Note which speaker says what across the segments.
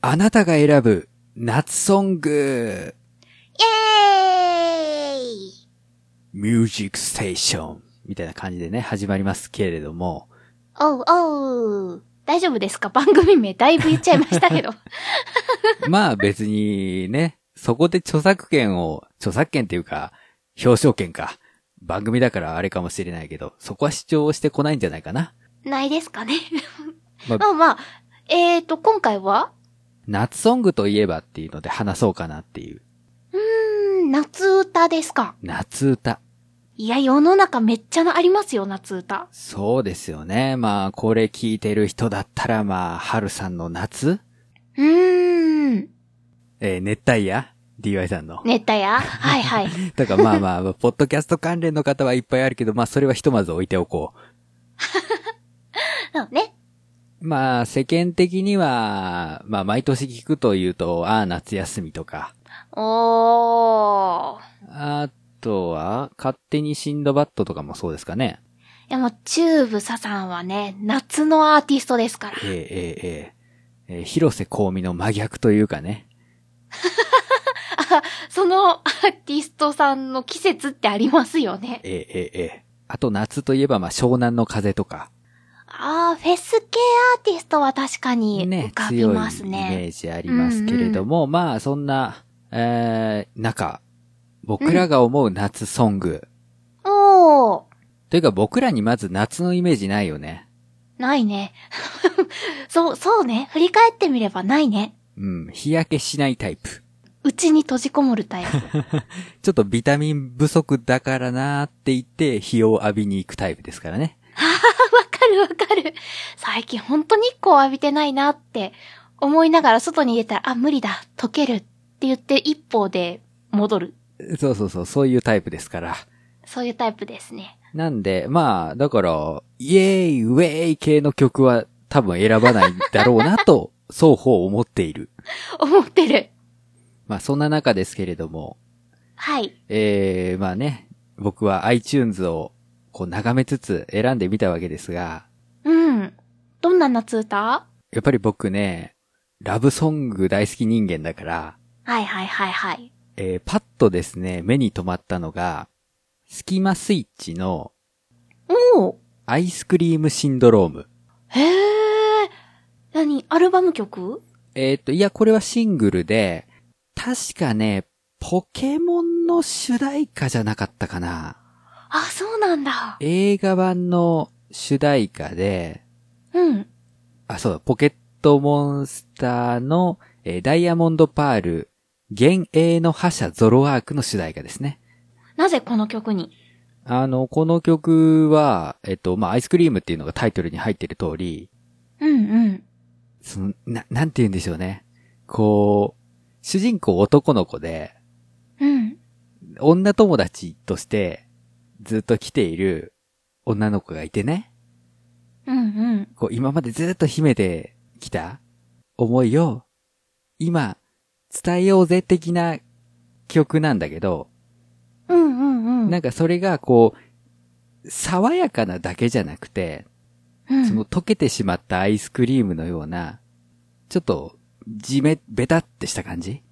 Speaker 1: あなたが選ぶ夏ソング
Speaker 2: イエーイ
Speaker 1: ミュージックステーションみたいな感じでね、始まりますけれども、
Speaker 2: おうおう大丈夫ですか番組名だいぶ言っちゃいました けど。
Speaker 1: まあ別にね、そこで著作権を、著作権っていうか、表彰権か。番組だからあれかもしれないけど、そこは主張してこないんじゃないかな。
Speaker 2: ないですかね。
Speaker 1: まあ
Speaker 2: まあまあ、えーと、今回は
Speaker 1: 夏ソングといえばっていうので話そうかなっていう。
Speaker 2: うーん、夏歌ですか。
Speaker 1: 夏歌。
Speaker 2: いや、世の中めっちゃありますよ、夏歌。
Speaker 1: そうですよね。まあ、これ聞いてる人だったら、まあ、春さんの夏
Speaker 2: うーん、
Speaker 1: えー熱帯夜 ?DY さんの。
Speaker 2: 熱帯 夜はいはい。
Speaker 1: だからまあまあ、ポッドキャスト関連の方はいっぱいあるけど、まあそれはひとまず置いておこう。
Speaker 2: うんね。
Speaker 1: まあ世間的には、まあ毎年聞くというと、ああ夏休みとか、
Speaker 2: おー。
Speaker 1: あとは、勝手にシンドバッドとかもそうですかね。
Speaker 2: いやもう、チューブサさんはね、夏のアーティストですから。
Speaker 1: えええええええー広瀬香美の真逆というかね。
Speaker 2: そのアーティストさんの季節ってありますよね。
Speaker 1: ええええええあと夏といえば、まあ湘南の風とか。
Speaker 2: ああ、フェス系アーティストは確かに浮かび
Speaker 1: 強いイメ
Speaker 2: ますね。
Speaker 1: ージありますけれども、まあそんな、えー、中、僕らが思う夏ソング。
Speaker 2: おー、
Speaker 1: というか僕らにまず夏のイメージないよね。
Speaker 2: ないね。 そう、そうね。振り返ってみればないね。
Speaker 1: うん、日焼けしないタイプ。
Speaker 2: うちに閉じこもるタイプ。
Speaker 1: ちょっとビタミン不足だからなーって言って日を浴びに行くタイプですからね。
Speaker 2: わかるわかる。最近ほんと日光浴びてないなって思いながら外に出たら、あ、無理だ、溶けるって言って一方で戻る。
Speaker 1: そうそうそう、そういうタイプですから。
Speaker 2: そういうタイプですね。
Speaker 1: なんで、まあ、だから、イエーイ、ウェーイ系の曲は多分選ばないだろうなと、 双方思っている。
Speaker 2: 思ってる。
Speaker 1: まあそんな中ですけれども、
Speaker 2: はい。
Speaker 1: えー、まあね、僕は iTunes をこう眺めつつ選んでみたわけですが、
Speaker 2: うん。どんな夏歌
Speaker 1: やっぱり僕ね、ラブソング大好き人間だから、
Speaker 2: はいはいはいはい。
Speaker 1: えーパッとですね、目に留まったのが、スキマスイッチの
Speaker 2: おー。
Speaker 1: アイスクリームシンドローム。
Speaker 2: へえ。何アルバム曲
Speaker 1: えーっと、いや、これはシングルで、確かね、ポケモンの主題歌じゃなかったかな。
Speaker 2: あ、そうなんだ。
Speaker 1: 映画版の主題歌で、
Speaker 2: うん。
Speaker 1: あ、そうだ、ポケットモンスターの、えーダイヤモンドパール、幻影の覇者ゾロワークの主題歌ですね。
Speaker 2: なぜこの曲に
Speaker 1: あの、この曲は、えっと、まあ、アイスクリームっていうのがタイトルに入ってる通り、
Speaker 2: うんうん。
Speaker 1: その、な、なんて言うんでしょうね。こう、主人公男の子で、
Speaker 2: うん。
Speaker 1: 女友達としてずっと来ている女の子がいてね、
Speaker 2: うんうん。
Speaker 1: こう、今までずっと秘めてきた思いを、今、伝えようぜ的な曲なんだけど、
Speaker 2: うんうんうん。
Speaker 1: なんかそれがこう、爽やかなだけじゃなくて、
Speaker 2: うん
Speaker 1: その溶けてしまったアイスクリームのような、ちょっと、じめ、べたってした感じ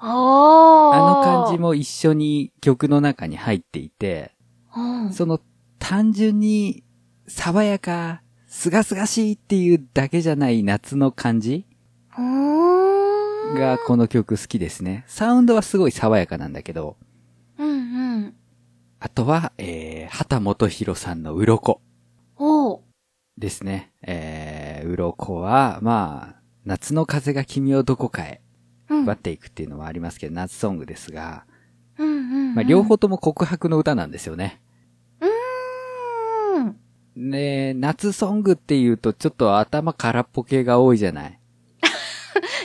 Speaker 2: おー。
Speaker 1: あの感じも一緒に曲の中に入っていて、
Speaker 2: うん。
Speaker 1: その単純に爽やか、すがすがしいっていうだけじゃない夏の感じ
Speaker 2: うーん。
Speaker 1: がこの曲好きですね。サウンドはすごい爽やかなんだけど、
Speaker 2: うんうん。
Speaker 1: あとは、えー、畑元博さんの鱗
Speaker 2: おー。
Speaker 1: ですね。えー、鱗は、まあ、夏の風が君をどこかへ
Speaker 2: うん。
Speaker 1: 奪っていくっていうのはありますけど、夏ソングですが、
Speaker 2: うんうんうん。
Speaker 1: まあ、両。方とも告白の歌なんですよね。
Speaker 2: うーん。
Speaker 1: ねえ、夏ソングって言うとちょっと頭空っぽ系が多いじゃない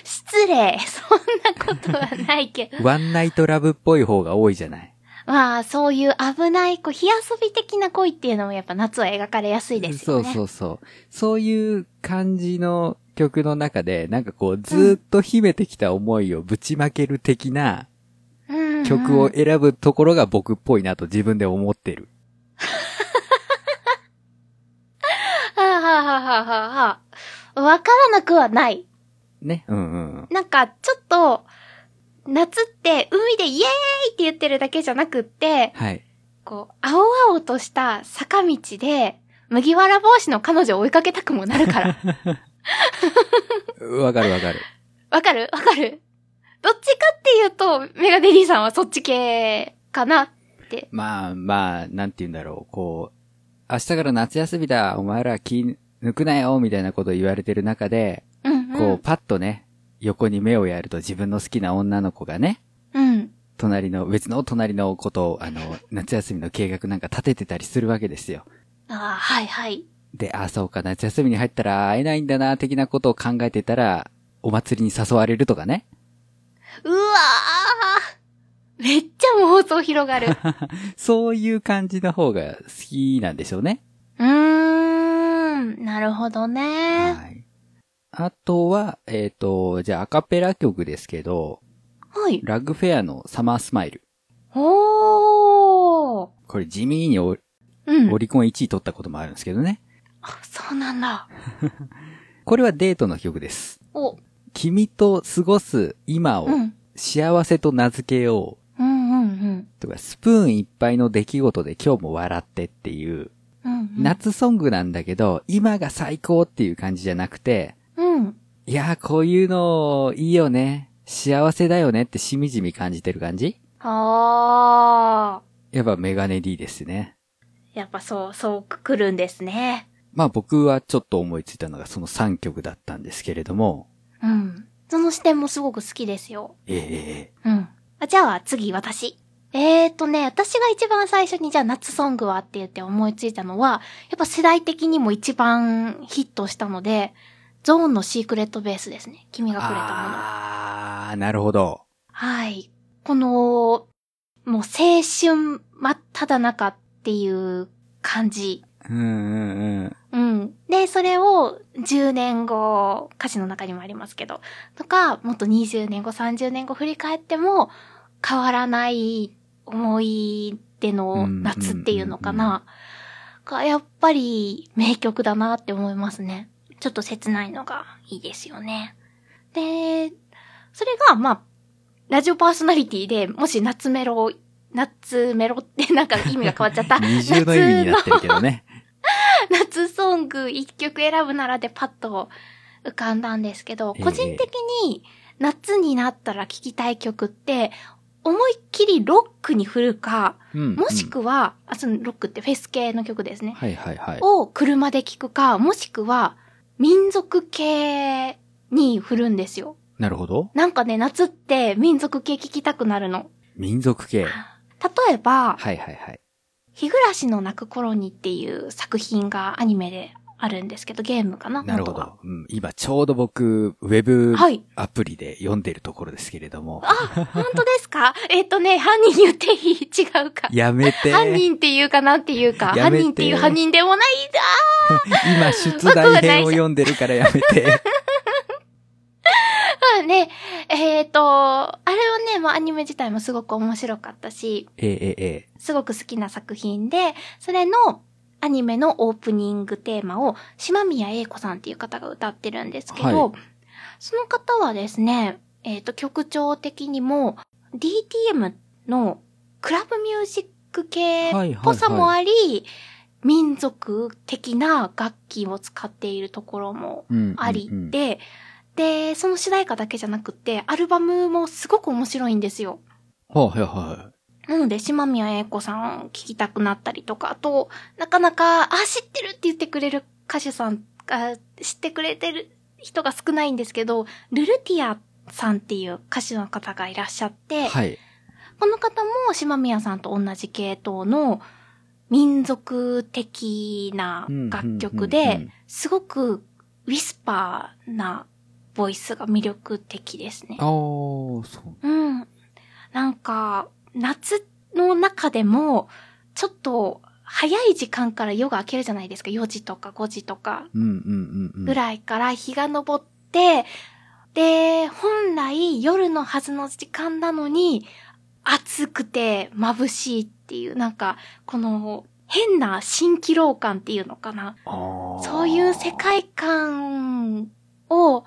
Speaker 2: 失礼。 そんなことはないけど。
Speaker 1: ワンナイトラブっぽい方が多いじゃない
Speaker 2: まあ、そういう危ない、こう、火遊び的な恋っていうのもやっぱ夏は描かれやすいですよね。
Speaker 1: そう
Speaker 2: う。
Speaker 1: そうそう。そういう感じの曲の中で、なんかこうずーっと秘めてきた思いをぶちまける的な
Speaker 2: うん、
Speaker 1: 曲を。選ぶところが僕っぽいなと自分で思ってる。
Speaker 2: はあ、はあはあはあはあ、わからなくはない。
Speaker 1: ね。うんうん。
Speaker 2: なんか、ちょっと、夏って海でイエーイって言ってるだけじゃなくって、
Speaker 1: はい。
Speaker 2: こう、青々とした坂道で、麦わら帽子の彼女を追いかけたくもなるから。
Speaker 1: わかるわかる。
Speaker 2: わかるわかるどっちかっていうと、メガデリーさんはそっち系かな。
Speaker 1: まあまあ、なんて言うんだろう。こう、明日から夏休みだ、お前ら気抜くなよ、みたいなこと言われてる中で、
Speaker 2: うん、うん。
Speaker 1: こう、パッとね、横に目をやると自分の好きな女の子がね、
Speaker 2: うん。
Speaker 1: 隣の、別の隣のことを、あの、夏休みの計画なんか立ててたりするわけですよ。
Speaker 2: ああ、はいはい。
Speaker 1: で、あ、そうか、夏休みに入ったら会えないんだな、的なことを考えてたら、お祭りに誘われるとかね。
Speaker 2: うわーめっちゃ妄想広がる。う
Speaker 1: そういう感じの方が好きなんでしょうね。
Speaker 2: ーん、なるほどね。
Speaker 1: はい。あとは、えっ、と、じゃあアカペラ曲ですけど、
Speaker 2: はい。
Speaker 1: ラグフェアのサマースマイル。
Speaker 2: おー。
Speaker 1: これ地味にオ
Speaker 2: うん。
Speaker 1: オリコン1位取ったこともあるんですけどね。
Speaker 2: あ、そうなんだ。
Speaker 1: これはデートの曲です。
Speaker 2: お、
Speaker 1: 君と過ごす今を
Speaker 2: うん。
Speaker 1: 幸せと名付けよう。
Speaker 2: うんうんうん。
Speaker 1: とか、スプーンいっぱいの出来事で今日も笑ってっていう、
Speaker 2: うんうん。
Speaker 1: 夏ソングなんだけど、今が最高っていう感じじゃなくて、
Speaker 2: うん。
Speaker 1: いやーこういうのいいよね。幸せだよねってしみじみ感じてる感じ
Speaker 2: あ
Speaker 1: やっぱメガネ D ですね。
Speaker 2: ー。やっぱそう、そう来るんですね。
Speaker 1: まあ僕はちょっと思いついたのがその3曲だったんですけれども、
Speaker 2: うん。その視点もすごく好きですよ。
Speaker 1: えええ
Speaker 2: うん。あじゃあ次、私。えーとね、私が一番最初にじゃあ夏ソングはって言って思いついたのは、やっぱ世代的にも一番ヒットしたので、ゾーンのシークレットベースですね。君
Speaker 1: え
Speaker 2: がくれたもの。
Speaker 1: あー、なるほど。
Speaker 2: はい。この、もう青春真っ只中っていう感じ。
Speaker 1: うんうんうん。
Speaker 2: うん。で、それを10年後、歌詞の中にもありますけど、とか、もっと20年後、30年後振り返っても、変わらない思い出の夏っていうのか
Speaker 1: うんうん
Speaker 2: な。が、やっぱり名曲だなって思いますね。ちょっと切ないのがいいですよね。で、それが、まあ、ラジオパーソナリティで、もし夏メロを、夏メロってなんか意味が変わっちゃっ た。
Speaker 1: 二重の意味になってるけどね。
Speaker 2: 夏ソング一曲選ぶならでパッと浮かんだんですけど、
Speaker 1: ええ
Speaker 2: 個人的に夏になったら聴きたい曲って、思いっきりロックに振るか、
Speaker 1: うん
Speaker 2: もし、くは、あ、そのロックってフェス系の曲です
Speaker 1: うん
Speaker 2: ね。
Speaker 1: はいはいはい。
Speaker 2: を車で聴くか、もしくは民族系に振るんですよ。
Speaker 1: なるほど。
Speaker 2: なんかね、夏って民族系聴きたくなるの。
Speaker 1: 民族系。は
Speaker 2: 例えば、
Speaker 1: いはいはい。
Speaker 2: 日暮らしの泣く頃にっていう作品がアニメであるんですけど、ゲームかな
Speaker 1: なるほ
Speaker 2: 元は
Speaker 1: ど。うん、今ちょうど僕、ウェブ
Speaker 2: はい。
Speaker 1: アプリで読んでるところですけれども。
Speaker 2: あ、本当ですかえっとね、犯人言っていい違うか。
Speaker 1: やめて。
Speaker 2: 犯人っていうかなんていうか、
Speaker 1: や
Speaker 2: 犯
Speaker 1: めて
Speaker 2: 人っていう犯人でもないんだ
Speaker 1: 今出題編を読んでるから やめて。
Speaker 2: まあね、えっ、と、あれはね、まあアニメ自体もすごく面白かったし、
Speaker 1: えええええ
Speaker 2: すごく好きな作品で、それのアニメのオープニングテーマを島宮英子さんっていう方が歌ってるんですけど、
Speaker 1: は
Speaker 2: その方はですね、えっ、と、曲調的にも DTM のクラブミュージック系
Speaker 1: はいはい
Speaker 2: っぽさもあり、民族的な楽器を使っているところも
Speaker 1: えうん
Speaker 2: あり
Speaker 1: う
Speaker 2: で、
Speaker 1: ん
Speaker 2: で、その主題歌だけじゃなくて、アルバムもすごく面白いんですよ。
Speaker 1: はいはいはい。
Speaker 2: なので、島宮英子さん聞きたくなったりとか、あと、なかなか、あ、知ってるって言ってくれる歌手さんが、知ってくれてる人が少ないんですけど、ルルティアさんっていう歌手の方がいらっしゃって、
Speaker 1: はい。
Speaker 2: この方も島宮さんと同じ系統の民族的な楽曲
Speaker 1: うんうんうんう
Speaker 2: で
Speaker 1: ん、
Speaker 2: すごくウィスパーなボイスが魅力的ですね
Speaker 1: あ。あ、そう。
Speaker 2: うん。なんか、夏の中でも、ちょっと早い時間から夜が明けるじゃないですか。4時とか5時とか
Speaker 1: うんうんうんうん。
Speaker 2: ぐらいから日が昇って、で、本来夜のはずの時間なのに、暑くて眩しいっていう、なんか、この変な蜃気楼感っていうのかな。
Speaker 1: あー
Speaker 2: そういう世界観を、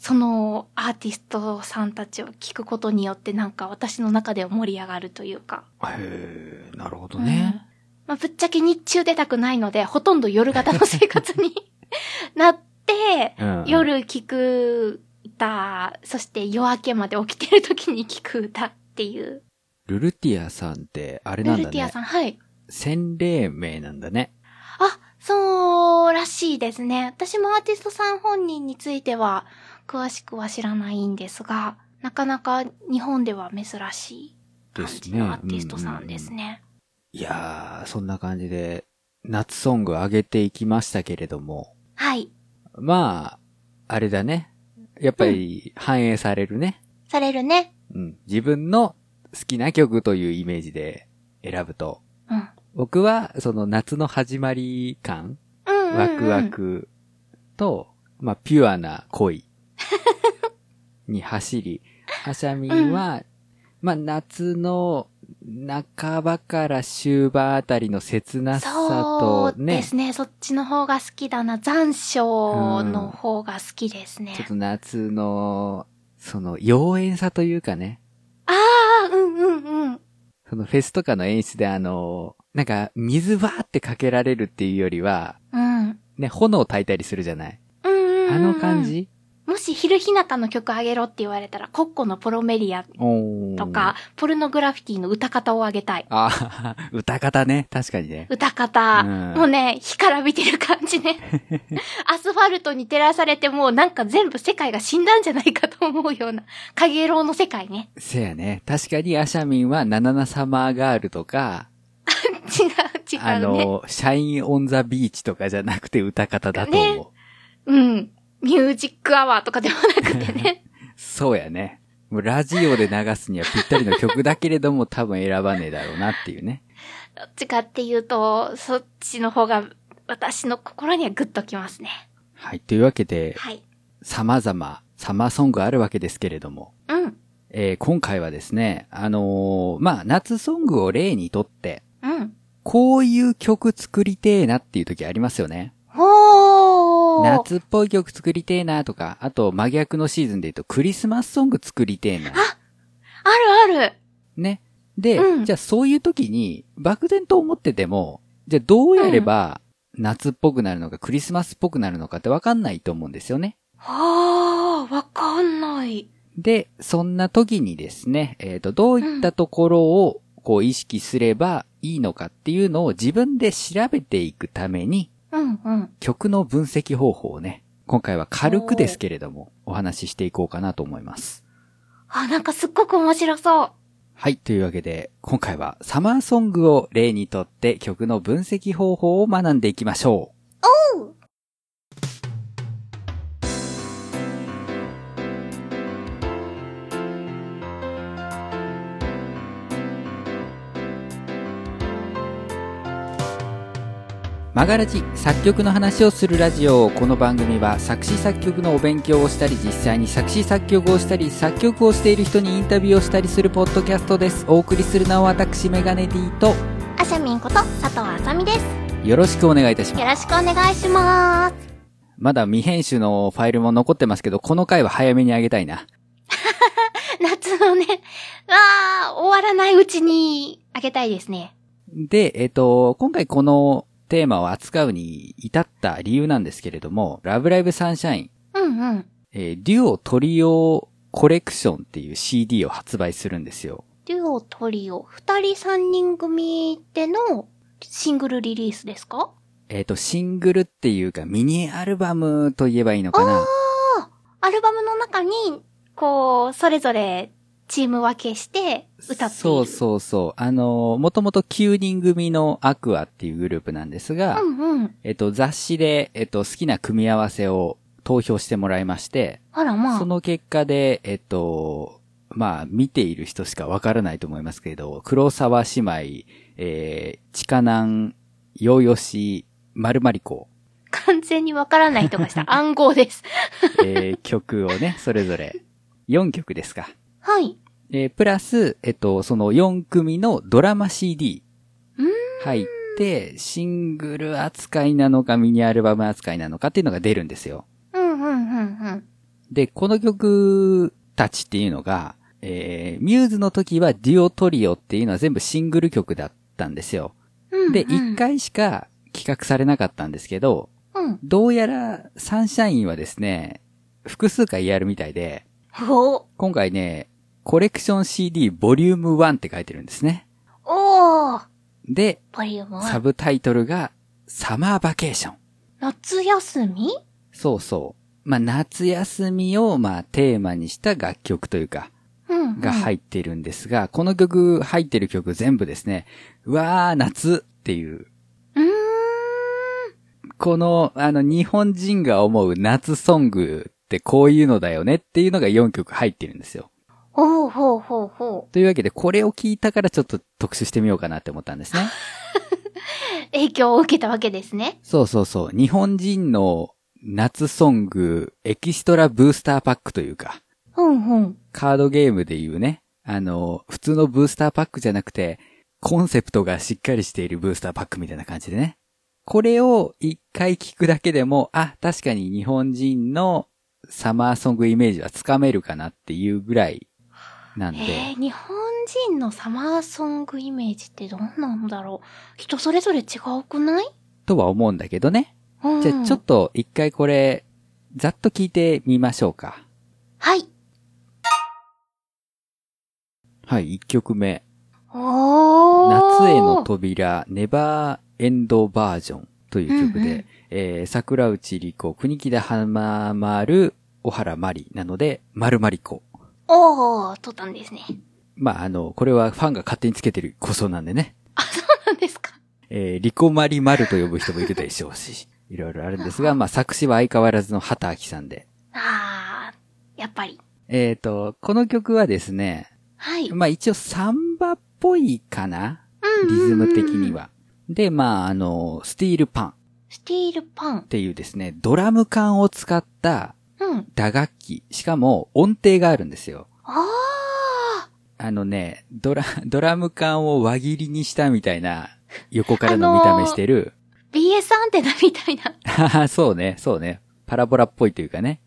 Speaker 2: そのアーティストさんたちを聞くことによってなんか私の中では盛り上がるというか。
Speaker 1: へえ、なるほどね。
Speaker 2: まあ、ぶっちゃけ日中出たくないので、ほとんど夜型の生活になって、
Speaker 1: うん
Speaker 2: 夜聞く歌、そして夜明けまで起きてる時に聞く歌っていう。
Speaker 1: ルルティアさんって、あれ
Speaker 2: ル
Speaker 1: なん
Speaker 2: ル
Speaker 1: だ
Speaker 2: ティア
Speaker 1: ね。
Speaker 2: さん、はい。
Speaker 1: 洗礼名なんだね。
Speaker 2: あ、そうらしいですね。私もアーティストさん本人については、詳しくは知らないんですが、なかなか日本では珍しい感じのアーティストさんですね。
Speaker 1: いやー、そんな感じで、夏ソング上げていきましたけれども、
Speaker 2: はい。
Speaker 1: まあ、あれだね。やっぱり、反映されるね。
Speaker 2: されるね。
Speaker 1: うん。自分の好きな曲というイメージで選ぶと、
Speaker 2: うん。
Speaker 1: 僕は、その夏の始まり感、
Speaker 2: うんうん、うん。
Speaker 1: ワクワ。クと、まあ、ピュアな 恋に走り、はしゃみんは、まあ、夏の半ばから終盤あたりの切なさ
Speaker 2: そ
Speaker 1: と
Speaker 2: うで
Speaker 1: ね、
Speaker 2: すね。そっちの方が好きだな。残暑の方が好きですね
Speaker 1: ちょ。っと夏の、その、妖艶さというかね、
Speaker 2: ああ、うんうんうん。
Speaker 1: そのフェスとかの演出であの、なんか、水わーってかけられるっていうよりは、
Speaker 2: うん。
Speaker 1: ね、炎を焚いたりするじゃない
Speaker 2: うんうんうん、
Speaker 1: あの感。じ、
Speaker 2: もし昼日向の曲あげろって言われたら、コッコのポロメリア
Speaker 1: おー
Speaker 2: とか、ポルノグラフィティの歌方をあげたい。
Speaker 1: ああ、歌方ね。確かにね。
Speaker 2: 歌方、
Speaker 1: うん
Speaker 2: もうね、干からびてる感じ ね。アスファルトに照らされてもうなんか全部世界が死んだんじゃないかと思うような、影楼の世界ね。
Speaker 1: せやね。確かにアシャミンはナナナサマーガールとか、
Speaker 2: 違う、違うね。
Speaker 1: あの、シャインオンザビーチとかじゃなくて歌方だと思う。
Speaker 2: うん。ミュージックアワーとかではな くてね。
Speaker 1: そうやね。もうラジオで流すにはぴったりの曲だけれども多分選ばねえだろうなっていうね。
Speaker 2: どっちかっていうと、そっちの方が私の心にはグッときますね。
Speaker 1: はい。というわけで、
Speaker 2: はい。
Speaker 1: 様々、サマーソングあるわけですけれども、
Speaker 2: うん。
Speaker 1: えー今回はですね、あのーまあ、夏ソングを例にとって、
Speaker 2: うん。
Speaker 1: こういう曲作りてえなっていう時ありますよね。
Speaker 2: ほー。
Speaker 1: 夏っぽい曲作りてえなとか、あと真逆のシーズンで言うとクリスマスソング作りてえな。
Speaker 2: あるある。
Speaker 1: ね。で、
Speaker 2: うん
Speaker 1: じゃあそういう時に漠然と思ってても、じゃあどうやれば夏っぽくなるのかクリスマスっぽくなるのかってわかんないと思うんですよね。
Speaker 2: はー、わかんない。
Speaker 1: で、そんな時にですね、えっ、と、どういったところをこう意識すればいいのかっていうのを自分で調べていくために、
Speaker 2: うんうん。
Speaker 1: 曲の分析方法をね、今回は軽くですけれども、お話ししていこうかなと思います。
Speaker 2: あ、なんかすっごく面白そう。
Speaker 1: はい。というわけで、今回はサマーソングを例にとって曲の分析方法を学んでいきましょう。
Speaker 2: おう
Speaker 1: マガラジ作曲の話をするラジオこの番組は作詞作曲のお勉強をしたり実際に作詞作曲をしたり作曲をしている人にインタビューをしたりするポッドキャストですお送りするのは私メガネ D と
Speaker 2: あしゃみんこと佐藤あさみです。
Speaker 1: よろしくお願いいたします
Speaker 2: よろしくお願いします。
Speaker 1: まだ未編集のファイルも残ってますけど、この回は早めにあげたいな。
Speaker 2: 夏のね、わー、終わらないうちにあげたいですね。
Speaker 1: で、えっ、と、今回このテーマを扱うに至った理由なんですけれども、ラブライブサンシャイン、
Speaker 2: うんうん。
Speaker 1: えーデュオトリオコレクションっていう CD を発売するんですよ。
Speaker 2: デュオ、トリオ、二人三人組でのシングルリリースですか
Speaker 1: えっ、と、シングルっていうかミニアルバムと言えばいいのかな。
Speaker 2: アルバムの中に、こう、それぞれチーム分けして歌っている。
Speaker 1: そうそうそう。あのー、もともと9人組のアクアっていうグループなんですが、
Speaker 2: うんうん。
Speaker 1: えっ、と、雑誌で、えっ、と、好きな組み合わせを投票してもらいまして、
Speaker 2: あらまあ。
Speaker 1: その結果で、えっと、まあ、見ている人しかわからないと思いますけれど、黒沢姉妹、えー、チカナン、ヨーヨシ、マルマリコ、
Speaker 2: 完全にわからない人がした。暗号です。
Speaker 1: えー曲をね、それぞれ、4曲ですか。
Speaker 2: はい。
Speaker 1: えープラス、えっと、その4組のドラマ CD
Speaker 2: うーん
Speaker 1: 入って、シングル扱いなのかミニアルバム扱いなのかっていうのが出るんですよ。
Speaker 2: うんうんうんうん。
Speaker 1: で、この曲たちっていうのが、えー、ミューズの時はデュオトリオっていうのは全部シングル曲だったんですよ。
Speaker 2: うん。
Speaker 1: で、
Speaker 2: うん
Speaker 1: 1。回しか企画されなかったんですけど、
Speaker 2: うん。
Speaker 1: どうやらサンシャインはですね、複数回やるみたいで、
Speaker 2: お
Speaker 1: 今回ね、コレクション CD ボリューム1って書いてるんですね。
Speaker 2: おー
Speaker 1: で、
Speaker 2: ボリューム
Speaker 1: サ
Speaker 2: は
Speaker 1: ブタイトルがサマーバケーション。
Speaker 2: 夏休み
Speaker 1: そうそう。まあ、夏休みを、まあ、テーマにした楽曲というか、
Speaker 2: うんうん。
Speaker 1: が入
Speaker 2: い。
Speaker 1: ってるんですが、この曲、入ってる曲全部ですね、うわー、夏っていう、
Speaker 2: うーん。
Speaker 1: この、あの、日本人が思う夏ソングってこういうのだよねっていうのが4曲入ってるんですよ。
Speaker 2: ほうほうほうほ
Speaker 1: というわけで、これを聞いたからちょっと特集してみようかなって思ったんですね。
Speaker 2: う。影響を受けたわけですね。
Speaker 1: そうそうそう。日本人の夏ソング、エキストラブースターパックというか、
Speaker 2: うんうん。
Speaker 1: カードゲームでいうね、あの、普通のブースターパックじゃなくて、コンセプトがしっかりしているブースターパックみたいな感じでね。これを一回聞くだけでも、あ、確かに日本人のサマーソングイメージはつかめるかなっていうぐらいなんで、
Speaker 2: えー、日本人のサマーソングイメージってどんなんだろう人それぞれ違うくない
Speaker 1: とは思うんだけどね。
Speaker 2: うん。
Speaker 1: じゃあちょっと一回これ、ざっと聞いてみましょうか。
Speaker 2: はい。
Speaker 1: はい、一曲目。
Speaker 2: おー。
Speaker 1: 夏への扉、ネバーエンドバージョンという曲で、
Speaker 2: うんうん
Speaker 1: えー桜内理子、国木田花丸、小原まりなので、丸まり子。
Speaker 2: おー、撮ったんですね。
Speaker 1: まあ、あの、これはファンが勝手につけてるこそなんでね。
Speaker 2: なんですか
Speaker 1: えー、リコマリマルと呼ぶ人もいるでしょうし、 いろいろあるんですが、まあ、作詞は相変わらずの畑明さんで。
Speaker 2: あー、やっぱり。
Speaker 1: えっ、と、この曲はですね、
Speaker 2: はい。
Speaker 1: まあ、一応サンバっぽいかな
Speaker 2: うん
Speaker 1: リ
Speaker 2: うんうん
Speaker 1: ズム的に。は。で、まあ、あの、スティールパン。
Speaker 2: スティールパン
Speaker 1: っ。ていうですね、ドラム缶を使った
Speaker 2: うん。
Speaker 1: 打楽器、しかも音程があるんですよ。
Speaker 2: あ
Speaker 1: あのね、ドラ、 ドラム缶を輪切りにしたみたいな、横からの見た目してる。
Speaker 2: ー、BS アンテナみたいな。
Speaker 1: そうね、そうね。パラボラっぽいというかね。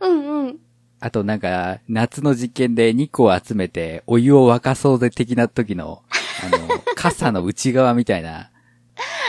Speaker 2: うんうん。
Speaker 1: あとなんか、夏の実験で2個集めて、お湯を沸かそうぜ的な時の、あの、 傘の内側みたいな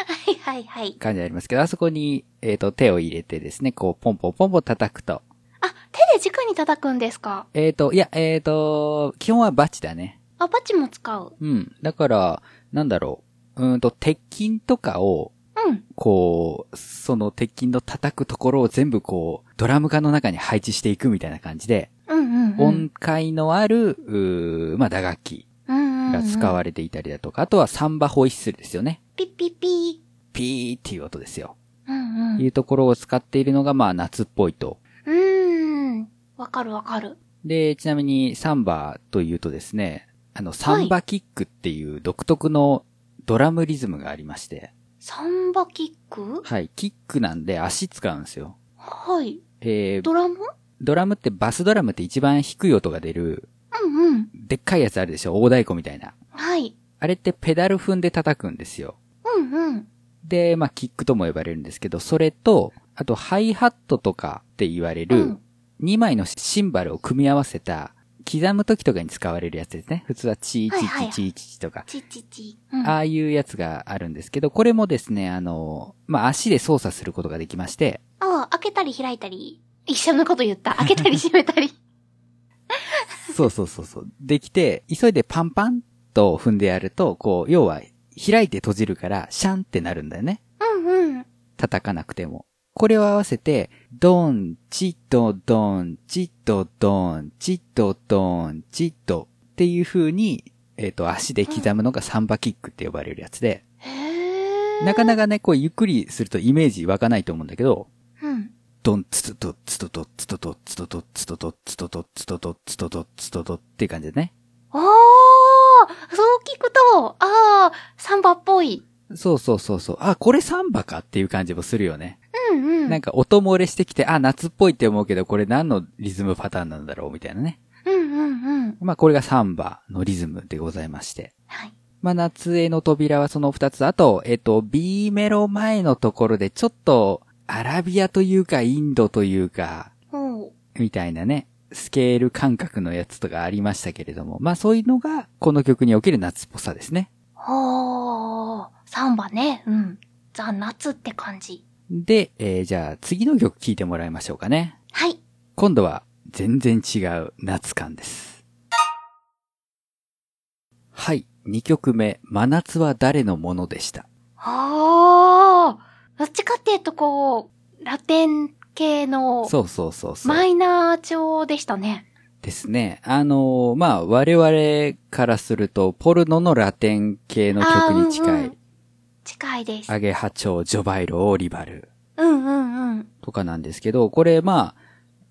Speaker 2: はいはいはい。
Speaker 1: 感じありますけど、あそこに、えっ、と、手を入れてですね、こう、ポンポンポンポン叩くと。
Speaker 2: あ、手で直に叩くんですか
Speaker 1: えっ、と、いや、えっ、と、基本はバチだね。
Speaker 2: あ、バチも使う。
Speaker 1: うん。だから、なんだろう。うーんと、鉄筋とかを、
Speaker 2: うん。
Speaker 1: こう、その鉄筋の叩くところを全部こう、ドラム缶の中に配置していくみたいな感じで、
Speaker 2: うんうん、うん。
Speaker 1: 音階のある、うーまあ、打楽器
Speaker 2: うん
Speaker 1: が使
Speaker 2: うんうん。
Speaker 1: われていたりだとか、あとはサンバホイッスルですよね。
Speaker 2: ピッピッピ
Speaker 1: ピーっていう音ですよ。
Speaker 2: ー。うんうん。
Speaker 1: いううところを使っているのが、まあ、夏っぽいと。
Speaker 2: ーん。わかるわかる。
Speaker 1: で、ちなみにサンバというとですね、あの、サンバキックっていう独特のドラムリズムがありまして、
Speaker 2: サンバキック
Speaker 1: はい。キックなんで足使うんですよ。
Speaker 2: はい。
Speaker 1: えー、
Speaker 2: ドラム
Speaker 1: ドラムってバスドラムって一番低い音が出る、
Speaker 2: うんうん。
Speaker 1: でっかいやつあるでしょ大太鼓みたいな。
Speaker 2: はい。
Speaker 1: あれってペダル踏んで叩くんですよ。
Speaker 2: うんうん。
Speaker 1: で、まあ、キックとも呼ばれるんですけど、それと、あと、ハイハットとかって言われ
Speaker 2: う
Speaker 1: る
Speaker 2: ん、
Speaker 1: 2枚のシンバルを組み合わせた、刻む時とかに使われるやつですね。普通はチーチーチーチーチーチーとか、
Speaker 2: ちちち。うん。
Speaker 1: ああいうやつがあるんですけど、これもですね、あの、まあ、足で操作することができまして、
Speaker 2: ああ、開けたり開いたり。一緒のこと言った。開けたり閉めた り。
Speaker 1: そうそうそうそう。できて、急いでパンパンと踏んでやると、こう、要は、開いて閉じるから、シャンってなるんだよね。
Speaker 2: うんうん。
Speaker 1: 叩かなくても。これを合わせて、ドン、チッド、ドン、チッド、ドン、チッド、ドン、チッドっていう風に、えっ、と、足で刻むのがサンバキックって呼ばれるやつで、
Speaker 2: へえ。
Speaker 1: なかな
Speaker 2: か。
Speaker 1: かね、こう、ゆっくりするとイメージ湧かないと思うんだけど、
Speaker 2: うん。
Speaker 1: ドン、ツトト、ツトト、ツトト、ツトト、ツトト、ツトト、ツトト、ツトト、ツトトっていう感じでね。
Speaker 2: おーそう聞くと、ああ、サンバっぽい。
Speaker 1: そうそうそうそう。あ、これサンバかっていう感じもするよね。
Speaker 2: うんうん。
Speaker 1: なんか音漏れしてきて、あ、夏っぽいって思うけど、これ何のリズムパターンなんだろうみたいなね。
Speaker 2: うんうんうん。
Speaker 1: まあこれがサンバのリズムでございまして。
Speaker 2: はい。
Speaker 1: まあ夏への扉はその二つ。あと、えっと、B メロ前のところでちょっと、アラビアというかインドというか、
Speaker 2: おう。
Speaker 1: みたいなね、スケール感覚のやつとかありましたけれども、まあそういうのが、この曲における夏っぽさですね。
Speaker 2: ほー、サンバね。うん。ザ・夏って感じ。
Speaker 1: で、えーじゃあ次の曲聴いてもらいましょうかね。
Speaker 2: はい。
Speaker 1: 今度は全然違う夏感です。はい、2曲目、真夏は誰のものでした。
Speaker 2: はー。どっちかっていうとこう、ラテン系の
Speaker 1: そうそうそうそう。
Speaker 2: マイナー調でしたね。
Speaker 1: ですね。あのーまあ、我々からすると、ポルノのラテン系の曲に近い。
Speaker 2: あーうんうん近いです。
Speaker 1: アゲハチョウ、ジョバイロ、オーリバル
Speaker 2: うんうんうん。
Speaker 1: とかなんですけど、これまあ、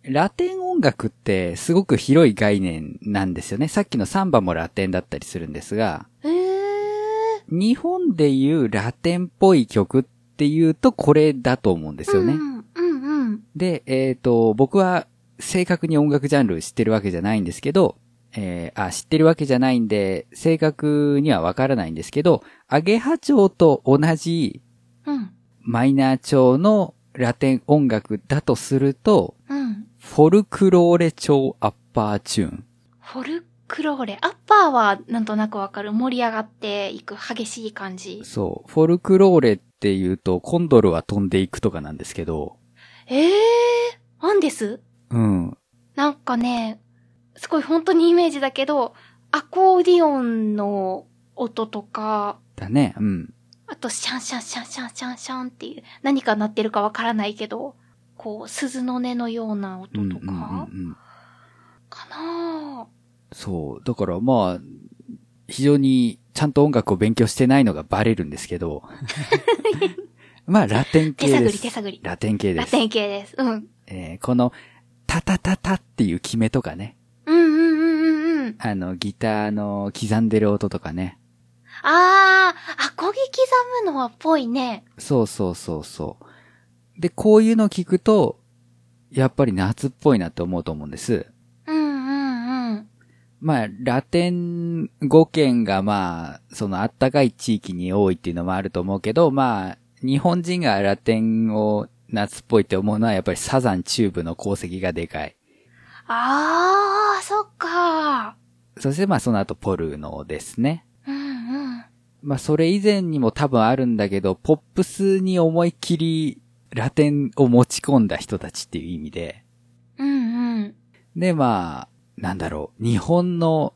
Speaker 1: ラテン音楽ってすごく広い概念なんですよね。さっきのサンバもラテンだったりするんですが、
Speaker 2: えー。
Speaker 1: 日本でいうラテンっぽい曲っていうとこれだと思うんですよね。
Speaker 2: うんうんうん。
Speaker 1: で、えっ、と、僕は正確に音楽ジャンル知ってるわけじゃないんですけど、えーあ、知ってるわけじゃないんで、正確にはわからないんですけど、アゲハチョウと同じ
Speaker 2: うん。
Speaker 1: マイナー調のラテン音楽だとすると、
Speaker 2: うん。
Speaker 1: フォルクローレ調アッパーチューン。
Speaker 2: フォルクローレ。アッパーはなんとなくわかる。盛り上がっていく激しい感じ。
Speaker 1: そう。フォルクローレって言うと、コンドルは飛んでいくとかなんですけど、
Speaker 2: ええー、なんです
Speaker 1: うん。
Speaker 2: なんかね、すごい本当にイメージだけど、アコーディオンの音とか、
Speaker 1: だね。うん。
Speaker 2: あとシャンシャンシャンシャンシャンシャンっていう、何か鳴ってるかわからないけど、こう、鈴の音のような音
Speaker 1: うんうん
Speaker 2: と
Speaker 1: うん
Speaker 2: か、
Speaker 1: うん。
Speaker 2: かな
Speaker 1: そう。だからまあ、非常にちゃんと音楽を勉強してないのがバレるんですけ ど。まあ、ラテン
Speaker 2: ぁ手
Speaker 1: 系
Speaker 2: 探
Speaker 1: で
Speaker 2: り
Speaker 1: す。
Speaker 2: 手探り。
Speaker 1: ラテン系で
Speaker 2: ラ
Speaker 1: す
Speaker 2: テ。ン系です。うん。
Speaker 1: えーこの、タタタタっていう決めとかね。
Speaker 2: うんうんうんうんうん。
Speaker 1: あの、ギターの刻んでる音とかね。
Speaker 2: あー、アコギ刻むのはぽいね。
Speaker 1: そうそうそうそう。で、こういうの聞くと、やっぱり夏っぽいなって思うと思うんです。
Speaker 2: うんうんうん。
Speaker 1: まあ、ラテン語圏がまあ、そのあったかい地域に多いっていうのもあると思うけど、まあ、日本人がラテンを夏っぽいって思うのはやっぱりサザン中部の功績がでかい。
Speaker 2: あー、そっか
Speaker 1: そしてまあその後ポルノですね。
Speaker 2: ー。うんうん。
Speaker 1: まあそれ以前にも多分あるんだけど、ポップスに思いっきりラテンを持ち込んだ人たちっていう意味で、
Speaker 2: うんうん。
Speaker 1: で、まあ、なんだろう、日本の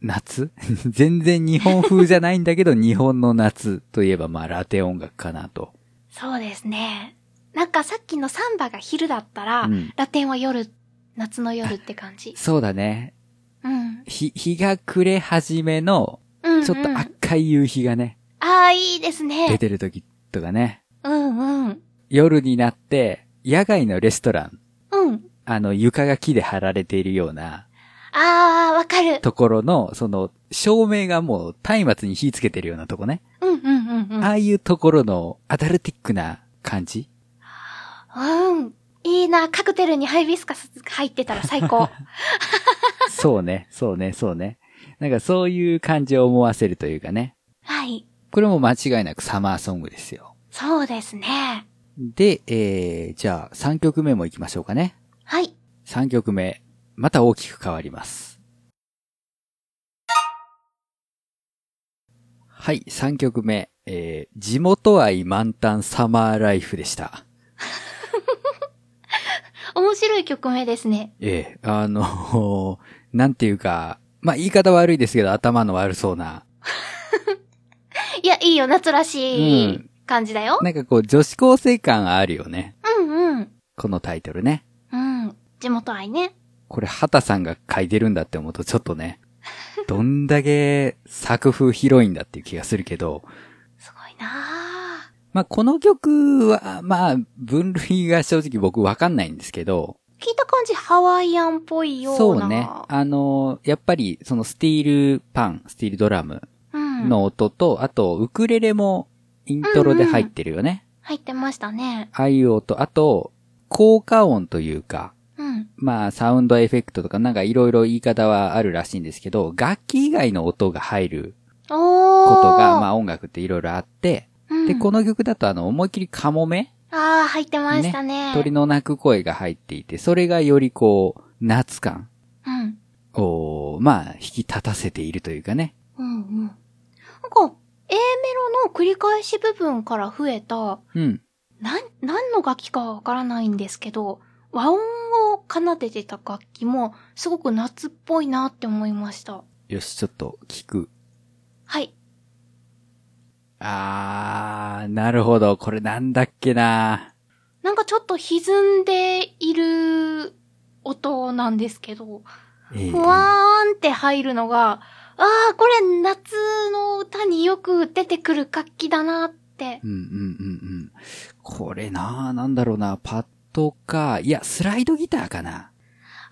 Speaker 1: 夏 全然日本風じゃないんだけど、 日本の夏といえば、まあ、ラテン音楽かなと。
Speaker 2: そうですね。なんかさっきのサンバが昼だったら、
Speaker 1: うん
Speaker 2: ラテンは夜、夏の夜って感 じ。
Speaker 1: そうだね。
Speaker 2: うん。
Speaker 1: 日、日が暮れ始めの、
Speaker 2: うん、うん。
Speaker 1: ちょっと赤い夕日がね、
Speaker 2: ああ、いいです
Speaker 1: 出
Speaker 2: ね。
Speaker 1: てる時とかね、
Speaker 2: うんうん。
Speaker 1: 夜になって、野外のレストラン、
Speaker 2: うん。
Speaker 1: あの、床が木で張られているような
Speaker 2: ああ、わかる。
Speaker 1: ところの、その、照明がもう、松明に火つけてるようなとこね。
Speaker 2: うんうんうんうん。
Speaker 1: ああいうところの、アダルティックな感じ
Speaker 2: うん。いいな、カクテルにハイビスカス入ってたら最 高。
Speaker 1: そうね、そうね、そうね。なんかそういう感じを思わせるというかね。
Speaker 2: はい。
Speaker 1: これも間違いなくサマーソングですよ。
Speaker 2: そうですね。
Speaker 1: で、えー、じゃあ3曲目も行きましょうかね。
Speaker 2: はい。
Speaker 1: 3曲目、また大きく変わります。はい、3曲目、えー、地元愛満タンサマーライフでした。
Speaker 2: 面白い曲名ですね。
Speaker 1: ええあの、なんていうか、まあ、言い方悪いですけど頭の悪そうな、
Speaker 2: いや、いいよ、夏らし
Speaker 1: う
Speaker 2: い感じだよ。
Speaker 1: なんかこう女子高生感あるよね。
Speaker 2: うんうん。
Speaker 1: このタイトルね。
Speaker 2: うん。地元愛ね。
Speaker 1: これ、畑さんが書いてるんだって思うとちょっと ね、どんだけ作風広いんだっていう気がするけど、
Speaker 2: すごいなあ
Speaker 1: まあ、この曲は、まあ、分類が正直僕わかんないんですけど、
Speaker 2: 聞いた感じ、ハワイアンっぽいような。
Speaker 1: そうね。あの、やっぱり、そのスティールパン、スティールドラム
Speaker 2: うん。
Speaker 1: の音と、あと、ウクレレもイントロで入ってるよね。
Speaker 2: 入ってましたね。
Speaker 1: ああいう音、あと、効果音というか、
Speaker 2: うん。
Speaker 1: まあ、サウンドエフェクトとかなんかいろいろ言い方はあるらしいんですけど、楽器以外の音が入る
Speaker 2: おー。
Speaker 1: ことが、まあ音楽っていろいろあって、
Speaker 2: うん、
Speaker 1: で、この曲だとあの、思いっきりカモメ
Speaker 2: ああ、入ってましたね。
Speaker 1: 鳥の鳴く声が入っていて、それがよりこう、夏感
Speaker 2: うん。
Speaker 1: を、まあ、引き立たせているというかね。
Speaker 2: うんうん。なんか、A メロの繰り返し部分から増えた、
Speaker 1: うん。
Speaker 2: なん、何の楽器かわからないんですけど、和音を奏でてた楽器も、すごく夏っぽいなって思いました。
Speaker 1: よし、ちょっと聞く。
Speaker 2: はい。
Speaker 1: あー、なるほど。これなんだっけな
Speaker 2: なんかちょっと歪んでいる音なんですけど、
Speaker 1: ええ
Speaker 2: ふわーんって入るのが、ああ、これ夏の歌によく出てくる楽器だなって
Speaker 1: う。んうんうんうん。これな、なんだろうな、パッドか、いや、スライドギターかな。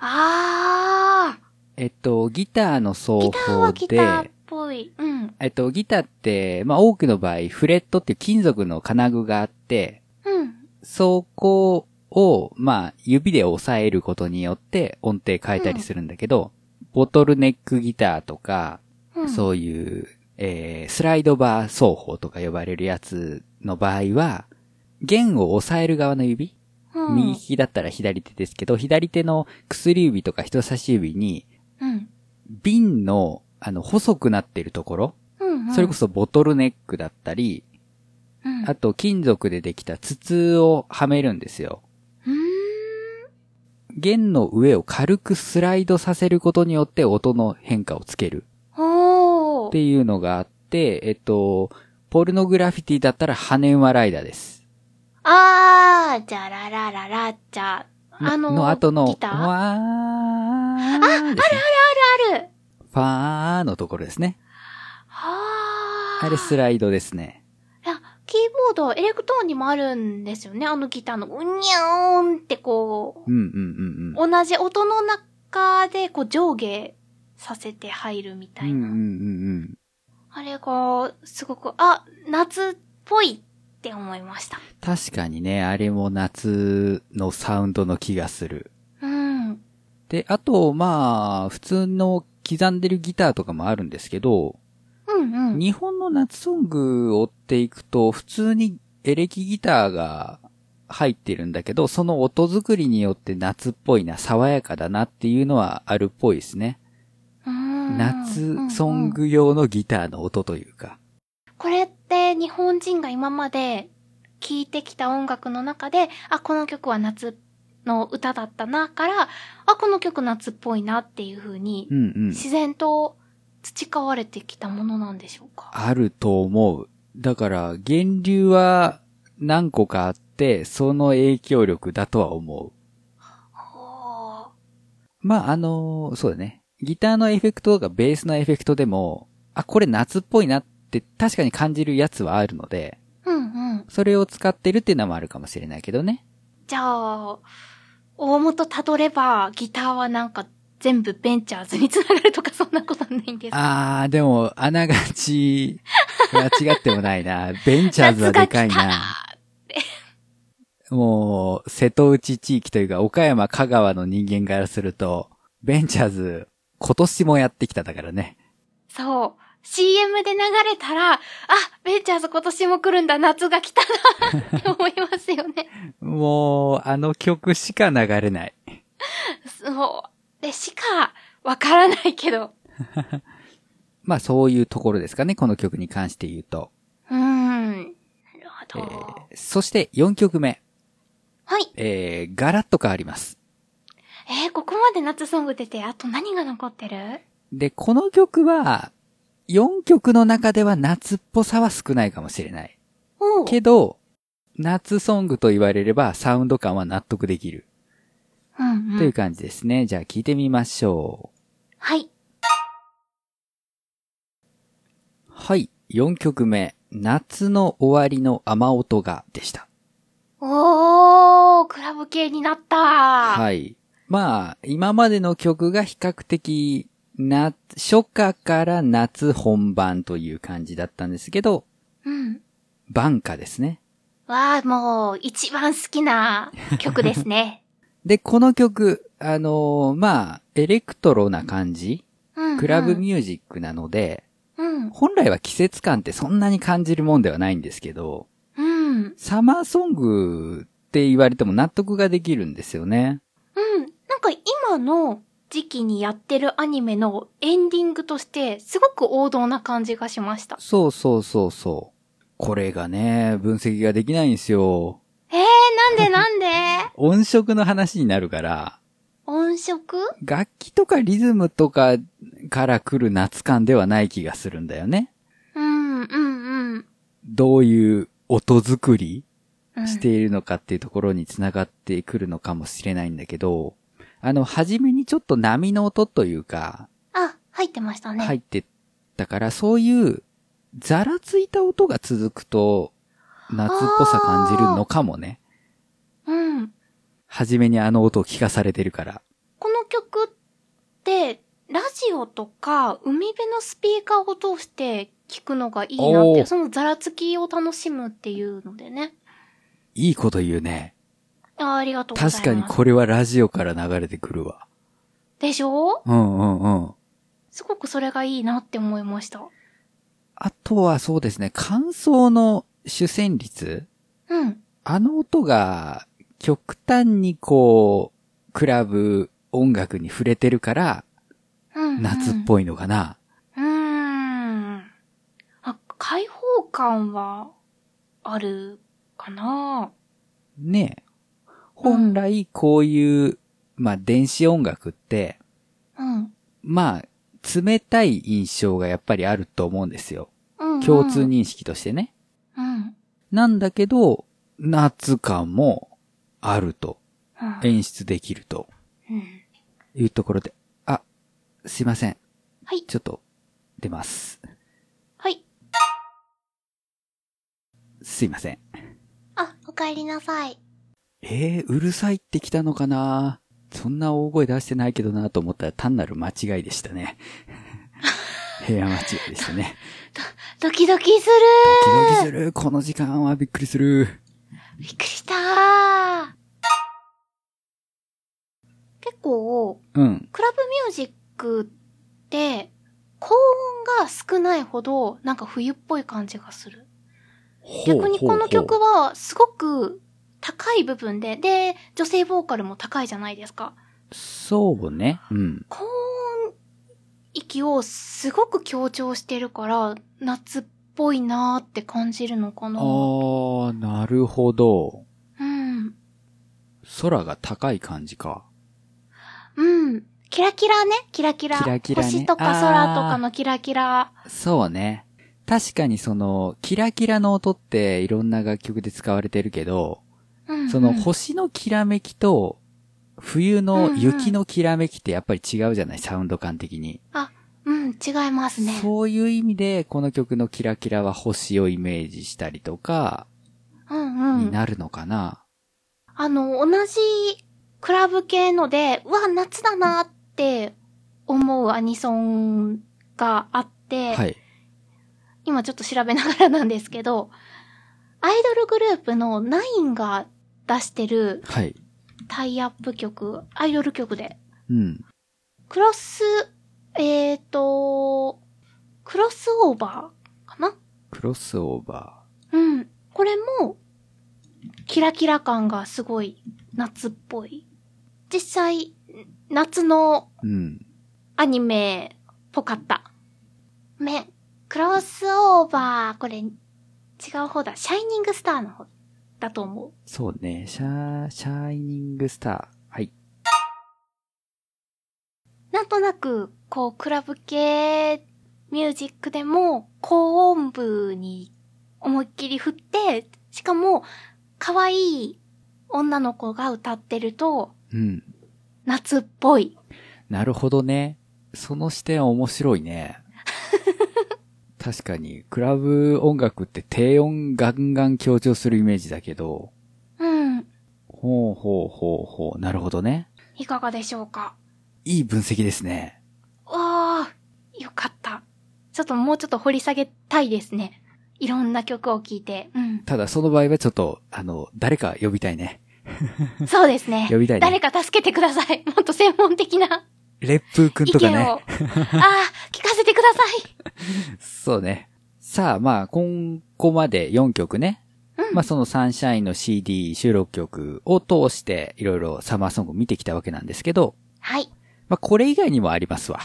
Speaker 2: ああ、
Speaker 1: えっと、ギターの奏
Speaker 2: ギターは
Speaker 1: 法
Speaker 2: ギターっ
Speaker 1: で、
Speaker 2: ぽい。うん。
Speaker 1: えっと、ギターって、まあ、多くの場合、フレットっていう金属の金具があって、
Speaker 2: うん。
Speaker 1: そこを、まあ、指で押さえることによって音程変えたりするんだけど、ボトルネックギターとか、
Speaker 2: うん。
Speaker 1: そういう、えースライドバー奏法とか呼ばれるやつの場合は、弦を押さえる側の指、
Speaker 2: うん。
Speaker 1: 右利きだったら左手ですけど、左手の薬指とか人差し指に、
Speaker 2: うん。
Speaker 1: 瓶の、あの、細くなってるところ、
Speaker 2: うん、うん。
Speaker 1: それこそボトルネックだったり、
Speaker 2: うん、
Speaker 1: あと金属でできた筒をはめるんですよ。
Speaker 2: うーん。
Speaker 1: 弦の上を軽くスライドさせることによって音の変化をつける。
Speaker 2: お
Speaker 1: っ
Speaker 2: ー。
Speaker 1: ていうのがあって、えっと、ポルノグラフィティだったら、ハネンワライダーです。
Speaker 2: あー、じゃららららじゃ。あの、
Speaker 1: の後の、
Speaker 2: ギターあ
Speaker 1: わーですね。
Speaker 2: る。
Speaker 1: ファーのところですね。
Speaker 2: はー。
Speaker 1: あれスライドですね。
Speaker 2: いや、キーボード、エレクトーンにもあるんですよね。あのギターの、うにゃーんってこ
Speaker 1: うんうんうんうん。
Speaker 2: う、同じ音の中でこう上下させて入るみたい
Speaker 1: うんう
Speaker 2: な。
Speaker 1: んうん
Speaker 2: あれが、すごく、あ、夏っぽいって思いました。
Speaker 1: うん。確かにね、あれも夏のサウンドの気がする。
Speaker 2: うん。
Speaker 1: で、あと、まあ、普通の刻んでるギターとかもあるんですけど、
Speaker 2: うんうん。
Speaker 1: 日本の夏ソングを追っていくと、普通にエレキギターが入ってるんだけど、その音作りによって夏っぽいな、爽やかだなっていうのはあるっぽいですね。
Speaker 2: うん
Speaker 1: 夏ソン。
Speaker 2: うんうん
Speaker 1: グ用のギターの音というか。
Speaker 2: これって日本人が今まで聴いてきた音楽の中で、あ、この曲は夏の歌だったなから、あ、この曲夏っぽいなっていう風に
Speaker 1: うんうん。
Speaker 2: 自然と培われてきたものなんでしょうか。
Speaker 1: あると思う。だから、源流は何個かあって、その影響力だとは思う。
Speaker 2: おー
Speaker 1: まあ、あのそうだね。ギターのエフェクトとかベースのエフェクトでも、あ、これ夏っぽいなって確かに感じるやつはあるので、
Speaker 2: うんうん。
Speaker 1: それを使ってるっていうのもあるかもしれないけどね。
Speaker 2: じゃあ、大元たどればギターはなんか全部ベンチャーズにつながるとかそんなことはないんですか
Speaker 1: あー、でも、あながち、間違ってもないな。ベンチャーズはでかい
Speaker 2: 夏が来
Speaker 1: な。もう、瀬戸内地域というか、岡山、香川の人間からすると、ベンチャーズ、今年もやってきただからね。
Speaker 2: そう。CM で流れたら、あ、ベンチャーズ今年も来るんだ、夏が来た なって思いますよね。
Speaker 1: もう、あの曲しか流れない。
Speaker 2: そう。で、しか、わからないけど。
Speaker 1: まあ、そういうところですかね、この曲に関して言うと。
Speaker 2: うーん。なる
Speaker 1: え
Speaker 2: ほど。
Speaker 1: ーそして4曲目。
Speaker 2: はい。
Speaker 1: えー、ガラッと変わります。
Speaker 2: えーここまで夏ソング出て、あと何が残ってる
Speaker 1: で、この曲は、4曲の中では夏っぽさは少ないかもしれない。
Speaker 2: おう
Speaker 1: けど、夏ソングと言われればサウンド感は納得できる。
Speaker 2: うんうん、
Speaker 1: という感じですね。じゃあ聞いてみましょ
Speaker 2: はい。
Speaker 1: う。はい。4曲目。夏の終わりの雨音がでした。
Speaker 2: おー、クラブ系になったは
Speaker 1: はい。まあ、今までの曲が比較的、夏、初夏から夏本番という感じだったんですけど、
Speaker 2: うん。
Speaker 1: 晩夏ですね。
Speaker 2: わー、もう、一番好きな曲で すね。
Speaker 1: で、この曲、あのーまあ、エレクトロな感じ
Speaker 2: うん、うん。
Speaker 1: クラブミュージックなので、
Speaker 2: うん。
Speaker 1: 本来は季節感ってそんなに感じるもんではないんですけど、
Speaker 2: うんうん。
Speaker 1: サマーソングって言われても納得ができるんですよね。
Speaker 2: うん。なんか今の時期にやってるアニメのエンディングとして、すごく王道な感じがしました。
Speaker 1: そうそうそうそう。これがね、分析ができないんですよ。
Speaker 2: えー、なん でなんで
Speaker 1: 音色の話になるから、
Speaker 2: 音色
Speaker 1: 楽器とかリズムとかから来る夏感ではない気がするんだよね。
Speaker 2: うん、うん、うん。
Speaker 1: どういう音作り
Speaker 2: うん
Speaker 1: しているのかっていうところにつながってくるのかもしれないんだけど、あの、初めにちょっと波の音というか、
Speaker 2: あ、入ってましたね。
Speaker 1: 入ってったから、そういう、ざらついた音が続くと、夏っぽさ感じるのかもね。
Speaker 2: うん。
Speaker 1: 初めにあの音を聞かされてるから。
Speaker 2: この曲って、ラジオとか海辺のスピーカーを通して聞くのがいいなっ
Speaker 1: お
Speaker 2: て、
Speaker 1: ー
Speaker 2: そのザラつきを楽しむっていうのでね。
Speaker 1: いいこと言うね。
Speaker 2: あありがとうございま
Speaker 1: 確
Speaker 2: す。
Speaker 1: かにこれはラジオから流れてくるわ。
Speaker 2: でしょ
Speaker 1: うんうんうん。
Speaker 2: すごくそれがいいなって思いました。
Speaker 1: あとはそうですね、乾燥の主旋律
Speaker 2: うん。
Speaker 1: あの音が極端にこう、クラブ音楽に触れてるから、
Speaker 2: うん。
Speaker 1: 夏っ
Speaker 2: い。
Speaker 1: ぽいのかな。
Speaker 2: うーん。あ、開放感は、ある、かな
Speaker 1: ねえ。本来こういう、まあ電子音楽って、
Speaker 2: うん。
Speaker 1: まあ、冷たい印象がやっぱりあると思うんですよ。
Speaker 2: うん、うん。
Speaker 1: 共通。認識としてね。
Speaker 2: うん。
Speaker 1: なんだけど、夏感もあると。
Speaker 2: うん。
Speaker 1: 演出できると
Speaker 2: うん。
Speaker 1: いうところで。あ、すいません。
Speaker 2: はい。
Speaker 1: ちょっと、出ます。
Speaker 2: はい。
Speaker 1: すいません。
Speaker 2: あ、お帰りなさい。
Speaker 1: えー、うるさいって来たのかなそんな大声出してないけどなと思ったら単なる間違いでしたね。平和間違いでしたね。
Speaker 2: ドキドキす
Speaker 1: ド
Speaker 2: る
Speaker 1: キドキする。この時間はびっくりする。
Speaker 2: びっくりしたー結構、
Speaker 1: うん。
Speaker 2: クラブミュージックって、高音が少ないほど、なんか冬っぽい感じがする。逆にこの曲
Speaker 1: は、
Speaker 2: は、すごく高い部分で、で、女性ボーカルも高いじゃないですか。
Speaker 1: そうね。うん。
Speaker 2: 高音域をすごく強調してるから、夏っぽいなーって感じるのか
Speaker 1: あ
Speaker 2: な。
Speaker 1: ー、なるほど。
Speaker 2: うん。
Speaker 1: 空が高い感じか。
Speaker 2: うん。キラキラね、キラキラ。
Speaker 1: キラキラね
Speaker 2: 星とか空とかのキラキラ。
Speaker 1: そうね。確かにその、キラキラの音っていろんな楽曲で使われてるけど、
Speaker 2: うん
Speaker 1: その星のきらめきと、冬の雪のきらめきってやっぱり違うじゃない、サウンド感的に。
Speaker 2: うん、違いますね。
Speaker 1: そういう意味で、この曲のキラキラは星をイメージしたりとか、
Speaker 2: うんう
Speaker 1: に
Speaker 2: ん。
Speaker 1: なるのかな。
Speaker 2: あの、同じクラブ系ので、うわ、夏だなって思うアニソンがあって、
Speaker 1: はい。
Speaker 2: 今ちょっと調べながらなんですけど、アイドルグループのナインが出してる
Speaker 1: はい。
Speaker 2: タイアップ曲、アイドル曲で、
Speaker 1: うん。
Speaker 2: クロス、えーと、クロスオーバーかな
Speaker 1: クロスオーバ
Speaker 2: うん。これも、キラキラ感がすごい夏っぽい。実際、夏の
Speaker 1: ー。うん。
Speaker 2: アニメっぽかった。め、クロスオーバー、これ、違う方だ。シャイニングスターの方だと思う。
Speaker 1: そうね。シャー、シャイニングスター。はい。
Speaker 2: なんとなく、こう、クラブ系ミュージックでも、高音部に思いっきり振って、しかも、可愛い女の子が歌ってると、
Speaker 1: うん。
Speaker 2: 夏っぽい。
Speaker 1: なるほどね。その視点面白い ね。確かに、クラブ音楽って低音ガンガン強調するイメージだけど、
Speaker 2: うん。
Speaker 1: ほうほうほうほう、なるほどね。
Speaker 2: いかがでしょうか
Speaker 1: いい分析ですね。
Speaker 2: わー、よかった。ちょっともうちょっと掘り下げたいですね。いろんな曲を聴いて。うん。
Speaker 1: ただ、その場合はちょっと、あの、誰か呼びたいね。
Speaker 2: そうですね。
Speaker 1: 呼びたいね
Speaker 2: 誰か助けてください。 もっと専門的な
Speaker 1: 烈風くん
Speaker 2: 意
Speaker 1: とか
Speaker 2: 見
Speaker 1: ね
Speaker 2: を。。あー、聞かせてください。
Speaker 1: そうね。さあ、まあ、今後まで4曲ね、
Speaker 2: うん
Speaker 1: まあそのサンシャインの CD 収録曲を通していろいろサマーソングを見てきたわけなんですけど、
Speaker 2: はい。
Speaker 1: まあこれ以外にもありますわ。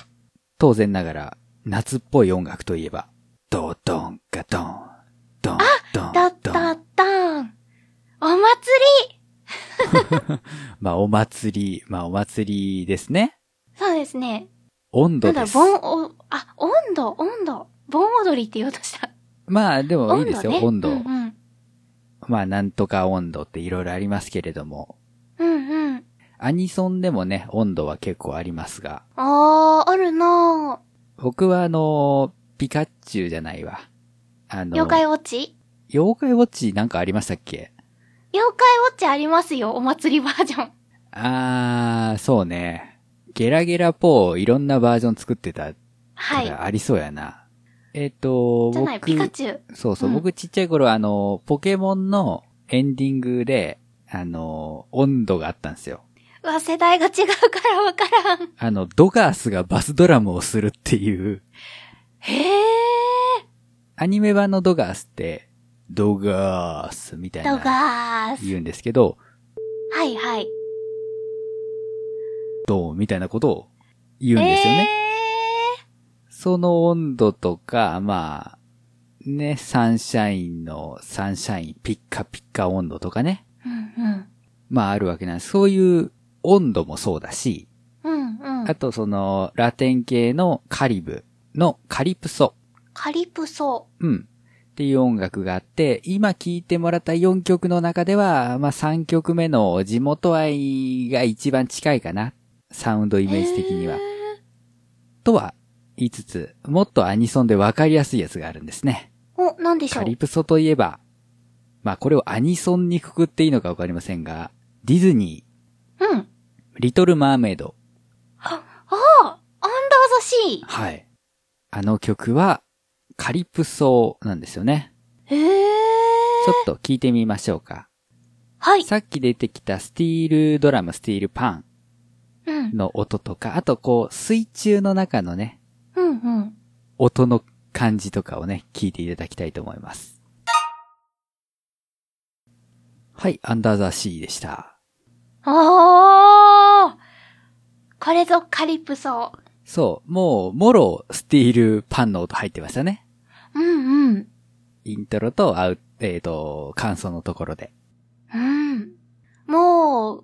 Speaker 1: 当然ながら、夏っぽい音楽といえば、ドドンガドン、ドンドン
Speaker 2: だっ
Speaker 1: ドン。
Speaker 2: たったん。お祭り
Speaker 1: まあお祭り、まあお祭りですね。
Speaker 2: そうですね。
Speaker 1: 温度
Speaker 2: なんだ
Speaker 1: で
Speaker 2: ろう、
Speaker 1: す。
Speaker 2: 盆お、あ、温度、温度。盆踊りって言おうとした。
Speaker 1: まあでもいい
Speaker 2: 温
Speaker 1: です
Speaker 2: 度
Speaker 1: よ、
Speaker 2: ね。
Speaker 1: 温度。
Speaker 2: うんうん。
Speaker 1: まあなんとか温度っていろいろありますけれども、
Speaker 2: うんうん。
Speaker 1: アニソンでもね、温度は結構ありますが、
Speaker 2: あー、あるな
Speaker 1: 僕はあの、ピカチュウじゃないわ。あ
Speaker 2: ー。
Speaker 1: の、
Speaker 2: 妖怪ウォッチ
Speaker 1: 妖怪ウォッチなんかありましたっけ
Speaker 2: 妖怪ウォッチありますよ、お祭りバー ジョン。
Speaker 1: あー、そうね。ゲラゲラポーいろんなバージョン作ってたか
Speaker 2: はい。
Speaker 1: らありそうやな。えっ、と、
Speaker 2: じゃない、ピカ
Speaker 1: 僕、
Speaker 2: チュウ。
Speaker 1: そうそう、
Speaker 2: うん
Speaker 1: 僕ちっちゃい頃あの、ポケモンのエンディングで、あの、温度があったんですよ。
Speaker 2: うわ、世代が違うからわからん。
Speaker 1: あの、ドガースがバスドラムをするっていう、
Speaker 2: へー。
Speaker 1: アニメ版のドガースって、ドガースみたいな
Speaker 2: ドガース。
Speaker 1: 言うんですけど、
Speaker 2: はいはい。
Speaker 1: どうみたいなことを言うんですよね。その温度とか、まあ、ね、サンシャインの、サンシャインピッカピッカ温度とかね。
Speaker 2: えー。うん
Speaker 1: まああるわけなんです。そういう温度もそうだし、
Speaker 2: うん。うんう
Speaker 1: あ
Speaker 2: ん。
Speaker 1: とその、ラテン系のカリブのカリプソ。
Speaker 2: カリプソ。
Speaker 1: うん。っていう音楽があって、今聴いてもらった4曲の中では、まあ3曲目の地元愛が一番近いかな。サウンドイメージ的には
Speaker 2: へー。
Speaker 1: とは言いつつ、もっとアニソンでわかりやすいやつがあるんですね。
Speaker 2: お、なんでしょ
Speaker 1: カ
Speaker 2: う
Speaker 1: リプソといえば、まあこれをアニソンにくくっていいのかわかりませんが、ディズニ
Speaker 2: うん。
Speaker 1: ー、リトルマーメイド。
Speaker 2: ああ、アンダーザシー。
Speaker 1: はい。あの曲は、カリプソなんですよね。
Speaker 2: へえ。
Speaker 1: ちょっと聞いてみましょうか。
Speaker 2: はい。
Speaker 1: さっき出てきたスティールドラム、スティールパ
Speaker 2: うん
Speaker 1: ン。の音とか、あとこう、水中の中のね、
Speaker 2: うんうん。
Speaker 1: 音の感じとかをね、聞いていただきたいと思います。はい、アンダーザシーでした。
Speaker 2: ああ。これぞカリプソ。
Speaker 1: そう、もう、もろ、スティールパンの音入ってましたね。
Speaker 2: うんうん。
Speaker 1: イントロとアウ、えっ、と、感想のところで。
Speaker 2: うん。もう、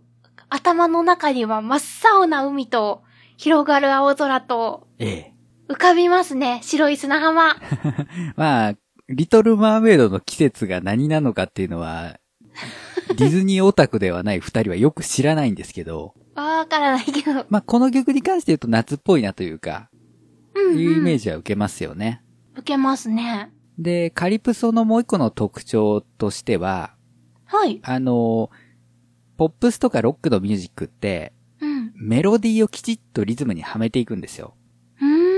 Speaker 2: 頭の中には真っ青な海と、広がる青空と、
Speaker 1: え
Speaker 2: 浮かびますね。白い砂 浜。
Speaker 1: え。まあ、リトルマーメイドの季節が何なのかっていうのは、ディズニーオタクではない二人はよく知らないんですけど、
Speaker 2: わからないけど。
Speaker 1: まあこの曲に関して言うと夏っぽいなというか、
Speaker 2: うん、うん。
Speaker 1: いうイメー
Speaker 2: ジ。
Speaker 1: ジは受けますよね。
Speaker 2: 受けますね。
Speaker 1: で、カリプソのもう一個の特徴としては、
Speaker 2: はい。
Speaker 1: あの、ポップスとかロックのミュージックって、
Speaker 2: うん。
Speaker 1: メロディーをきちっとリズムにはめていくんですよ。
Speaker 2: うーん。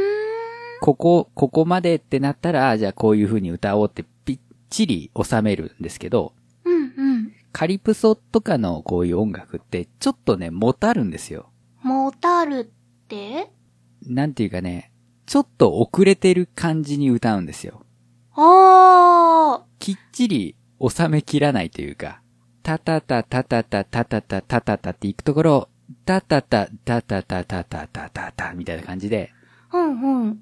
Speaker 1: ここ、ここまでってなったら、あじゃあこういう風に歌おうってぴっちり収めるんですけど、
Speaker 2: うんうん。
Speaker 1: カリプソとかのこういう音楽って、ちょっとね、もたるんですよ。
Speaker 2: モータルって
Speaker 1: なんていうかね、ちょっと遅れてる感じに歌うんですよ。
Speaker 2: あー。
Speaker 1: きっちり収めきらないというか、タタタタタタタタタタタタっていくところ、タタタタタタタタタタタみたいな感じで、
Speaker 2: うんうん。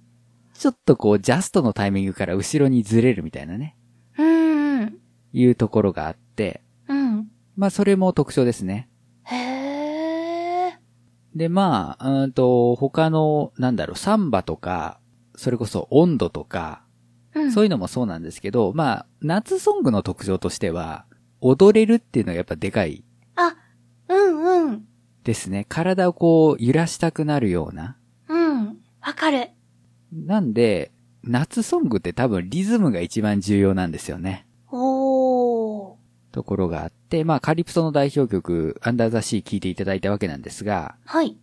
Speaker 1: ちょっとこうジャストのタイミングから後ろにずれるみたいなね、
Speaker 2: うんうん。
Speaker 1: いうところがあって、
Speaker 2: うん。
Speaker 1: まあそれも特徴ですね。
Speaker 2: へー。
Speaker 1: でまあ、うーんと、他の、なんだろう、サンバとか、それこそ温度とか、
Speaker 2: うん。
Speaker 1: そういうのもそうなんですけど、まあ、夏ソングの特徴としては、踊れるっていうのがやっぱでかい
Speaker 2: あ、うんうん。
Speaker 1: ですね。体をこう揺らしたくなるような。
Speaker 2: うん。わかる。
Speaker 1: なんで、夏ソングって多分リズムが一番重要なんですよね。
Speaker 2: おー。
Speaker 1: ところがあって、まあカリプソの代表曲、アンダーザシー聴いていただいたわけなんですが、
Speaker 2: はい。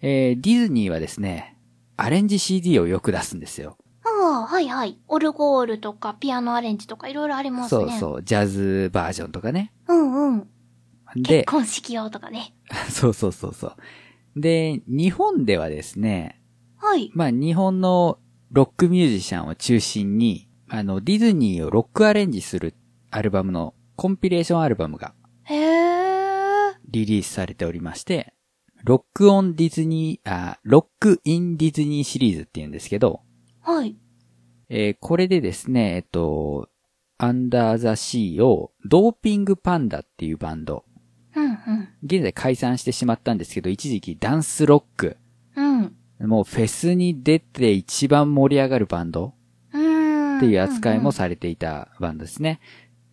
Speaker 1: えー、ディズニーはですね、アレンジ CD をよく出すんですよ。
Speaker 2: ああ、はいはい。オルゴールとか、ピアノアレンジとか、いろいろあります
Speaker 1: そ
Speaker 2: ね。
Speaker 1: う
Speaker 2: う。
Speaker 1: そう、ジャズバージョンとかね。
Speaker 2: うんうん。結
Speaker 1: で、
Speaker 2: 婚式用とかね。
Speaker 1: そうそうそうそう。で、日本ではですね、
Speaker 2: はい。
Speaker 1: まあ日本のロックミュージシャンを中心に、あの、ディズニーをロックアレンジするアルバムのコンピレーションアルバムが
Speaker 2: へえ。
Speaker 1: リリースされておりまして、ロックオンディズニー、あ、ロックインディズニーシリーズって言うんですけど、
Speaker 2: はい。
Speaker 1: えーこれでですね、えっと、アンダーザシーをドーピングパンダっていうバンド、
Speaker 2: うんうん。
Speaker 1: 現在解散してしまったんですけど、一時期ダンスロック、
Speaker 2: うん。
Speaker 1: もうフェスに出て一番盛り上がるバンド
Speaker 2: うーん。
Speaker 1: っていう扱いもされていたバンドですね。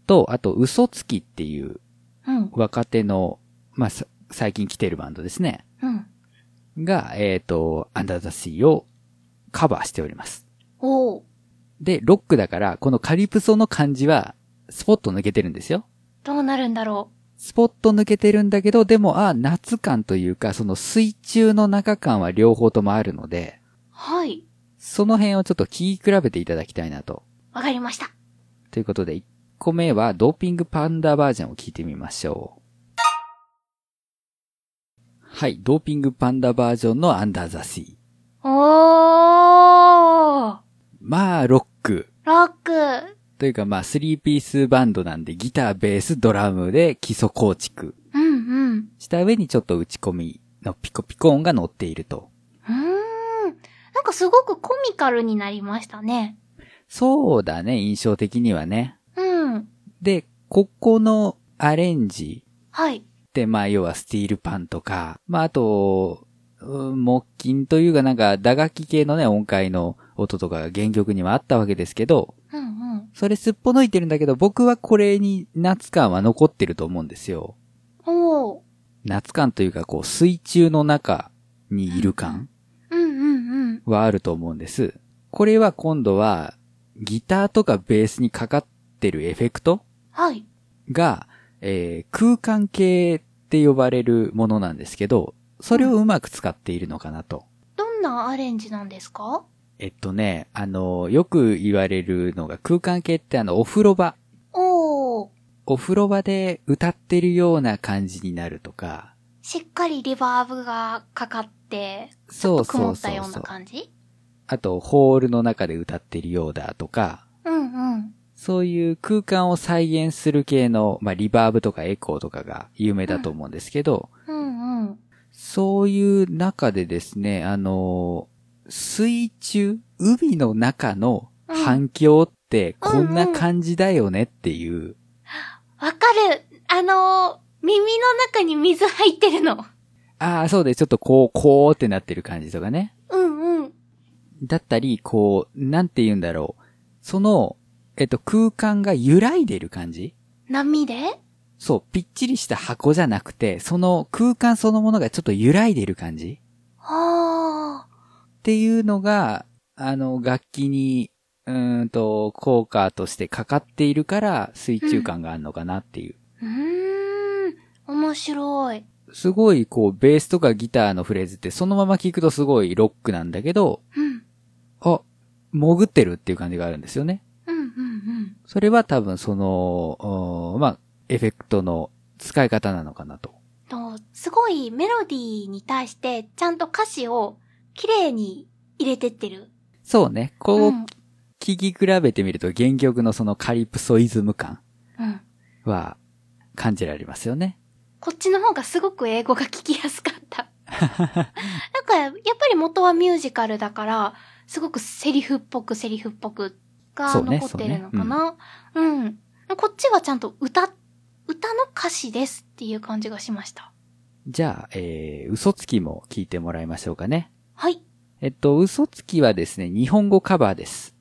Speaker 1: と、あと、嘘つきっていう
Speaker 2: うん。うん。
Speaker 1: 若手の、まあ、さ最近来てるバンドですね。
Speaker 2: うん。
Speaker 1: が、えっ、と、アンダーザシーをカバーしております。
Speaker 2: おー。
Speaker 1: で、ロックだから、このカリプソの感じは、スポッと抜けてるんですよ。
Speaker 2: どうなるんだろ
Speaker 1: スポッと抜けてるんだけど、でも、あ、夏感というか、その水中の中感は両方ともあるので、
Speaker 2: う。はい。
Speaker 1: その辺をちょっと聞き比べていただきたいなと。
Speaker 2: わかりました。
Speaker 1: ということで、1個目はドーピングパンダバージョンを聞いてみましょう。はい、ドーピングパンダバージョンのアンダーザシー。
Speaker 2: おー。
Speaker 1: まあ、ロック。
Speaker 2: ロック。
Speaker 1: というかまあ、スリーピースバンドなんで、ギター、ベース、ドラムで基礎構築
Speaker 2: うんうん。
Speaker 1: した上にちょっと打ち込みのピコピコ音が乗っていると。
Speaker 2: うーん。なんかすごくコミカルになりましたね。
Speaker 1: そうだね、印象的にはね。
Speaker 2: うん。
Speaker 1: で、ここのアレンジ
Speaker 2: はい。
Speaker 1: って、まあ、要はスティールパンとか、まあ、あと、うん木琴というかなんか打楽器系のね、音階の音とかが原曲にはあったわけですけど、
Speaker 2: うんうん。
Speaker 1: それすっぽ抜いてるんだけど、僕はこれに夏感は残ってると思うんですよ。
Speaker 2: おー。
Speaker 1: 夏感というか、こう、水中の中にいる感
Speaker 2: うんうんうん。
Speaker 1: はあると思うんです。これは今度は、ギターとかベースにかかってるエフェクト
Speaker 2: はい。
Speaker 1: が、えー空間系って呼ばれるものなんですけど、それをうまく使っているのかなと。
Speaker 2: どんなアレンジなんですか
Speaker 1: えっとね、あの、よく言われるのが空間系ってあの、お風呂場。
Speaker 2: おー。
Speaker 1: お風呂場で歌ってるような感じになるとか、
Speaker 2: しっかりリバーブがかかって、
Speaker 1: そうそ
Speaker 2: 曇
Speaker 1: う
Speaker 2: った
Speaker 1: そう
Speaker 2: よう
Speaker 1: そ
Speaker 2: な
Speaker 1: う。
Speaker 2: 感じ
Speaker 1: あと、ホールの中で歌ってるようだとか、
Speaker 2: うんうん。
Speaker 1: そういう空間を再現する系の、まあ、リバーブとかエコーとかが有名だと思うんですけど、
Speaker 2: うんうん。
Speaker 1: そういう中でですね、あのー水中、海の中の反響って
Speaker 2: うん
Speaker 1: こんな感じだよねっていう、
Speaker 2: わかるあのー、耳の中に水入ってるの。
Speaker 1: ああ、そうです。ちょっとこう、こうってなってる感じとかね。
Speaker 2: うんうん。
Speaker 1: だったり、こう、なんて言うんだろう。その、えっと、空間が揺らいでる感じ
Speaker 2: 波で
Speaker 1: そう、ぴっちりした箱じゃなくて、その空間そのものがちょっと揺らいでる感じ
Speaker 2: あ
Speaker 1: っていうのが、あの、楽器に、うーんと、効果としてかかっているから、水中感があるのかなっていう。
Speaker 2: ー。うーん。面白い。
Speaker 1: すごい、こう、ベースとかギターのフレーズって、そのまま聞くとすごいロックなんだけど、
Speaker 2: うん。
Speaker 1: あ、潜ってるっていう感じがあるんですよね。
Speaker 2: うんうんうん。
Speaker 1: それは多分、その、うーんまあ、エフェクトの使い方なのかなと。
Speaker 2: と、すごいメロディーに対して、ちゃんと歌詞を綺麗に入れてってる。
Speaker 1: そうね。こ
Speaker 2: う。
Speaker 1: うん聞き比べてみると、原曲のそのカリプソイズム感
Speaker 2: うん。
Speaker 1: は感じられますよね。
Speaker 2: こっちの方がすごく英語が聞きやすかった。なんか、やっぱり元はミュージカルだから、すごくセリフっぽくセリフっぽくが
Speaker 1: そうね
Speaker 2: 残ってるのかな。ううん。こっちはちゃんと歌、歌の歌詞ですっていう感じがしました。
Speaker 1: じゃあ、えー、嘘つきも聞いてもらいましょうかね。
Speaker 2: はい。
Speaker 1: えっと、嘘つきはですね、日本語カバーです。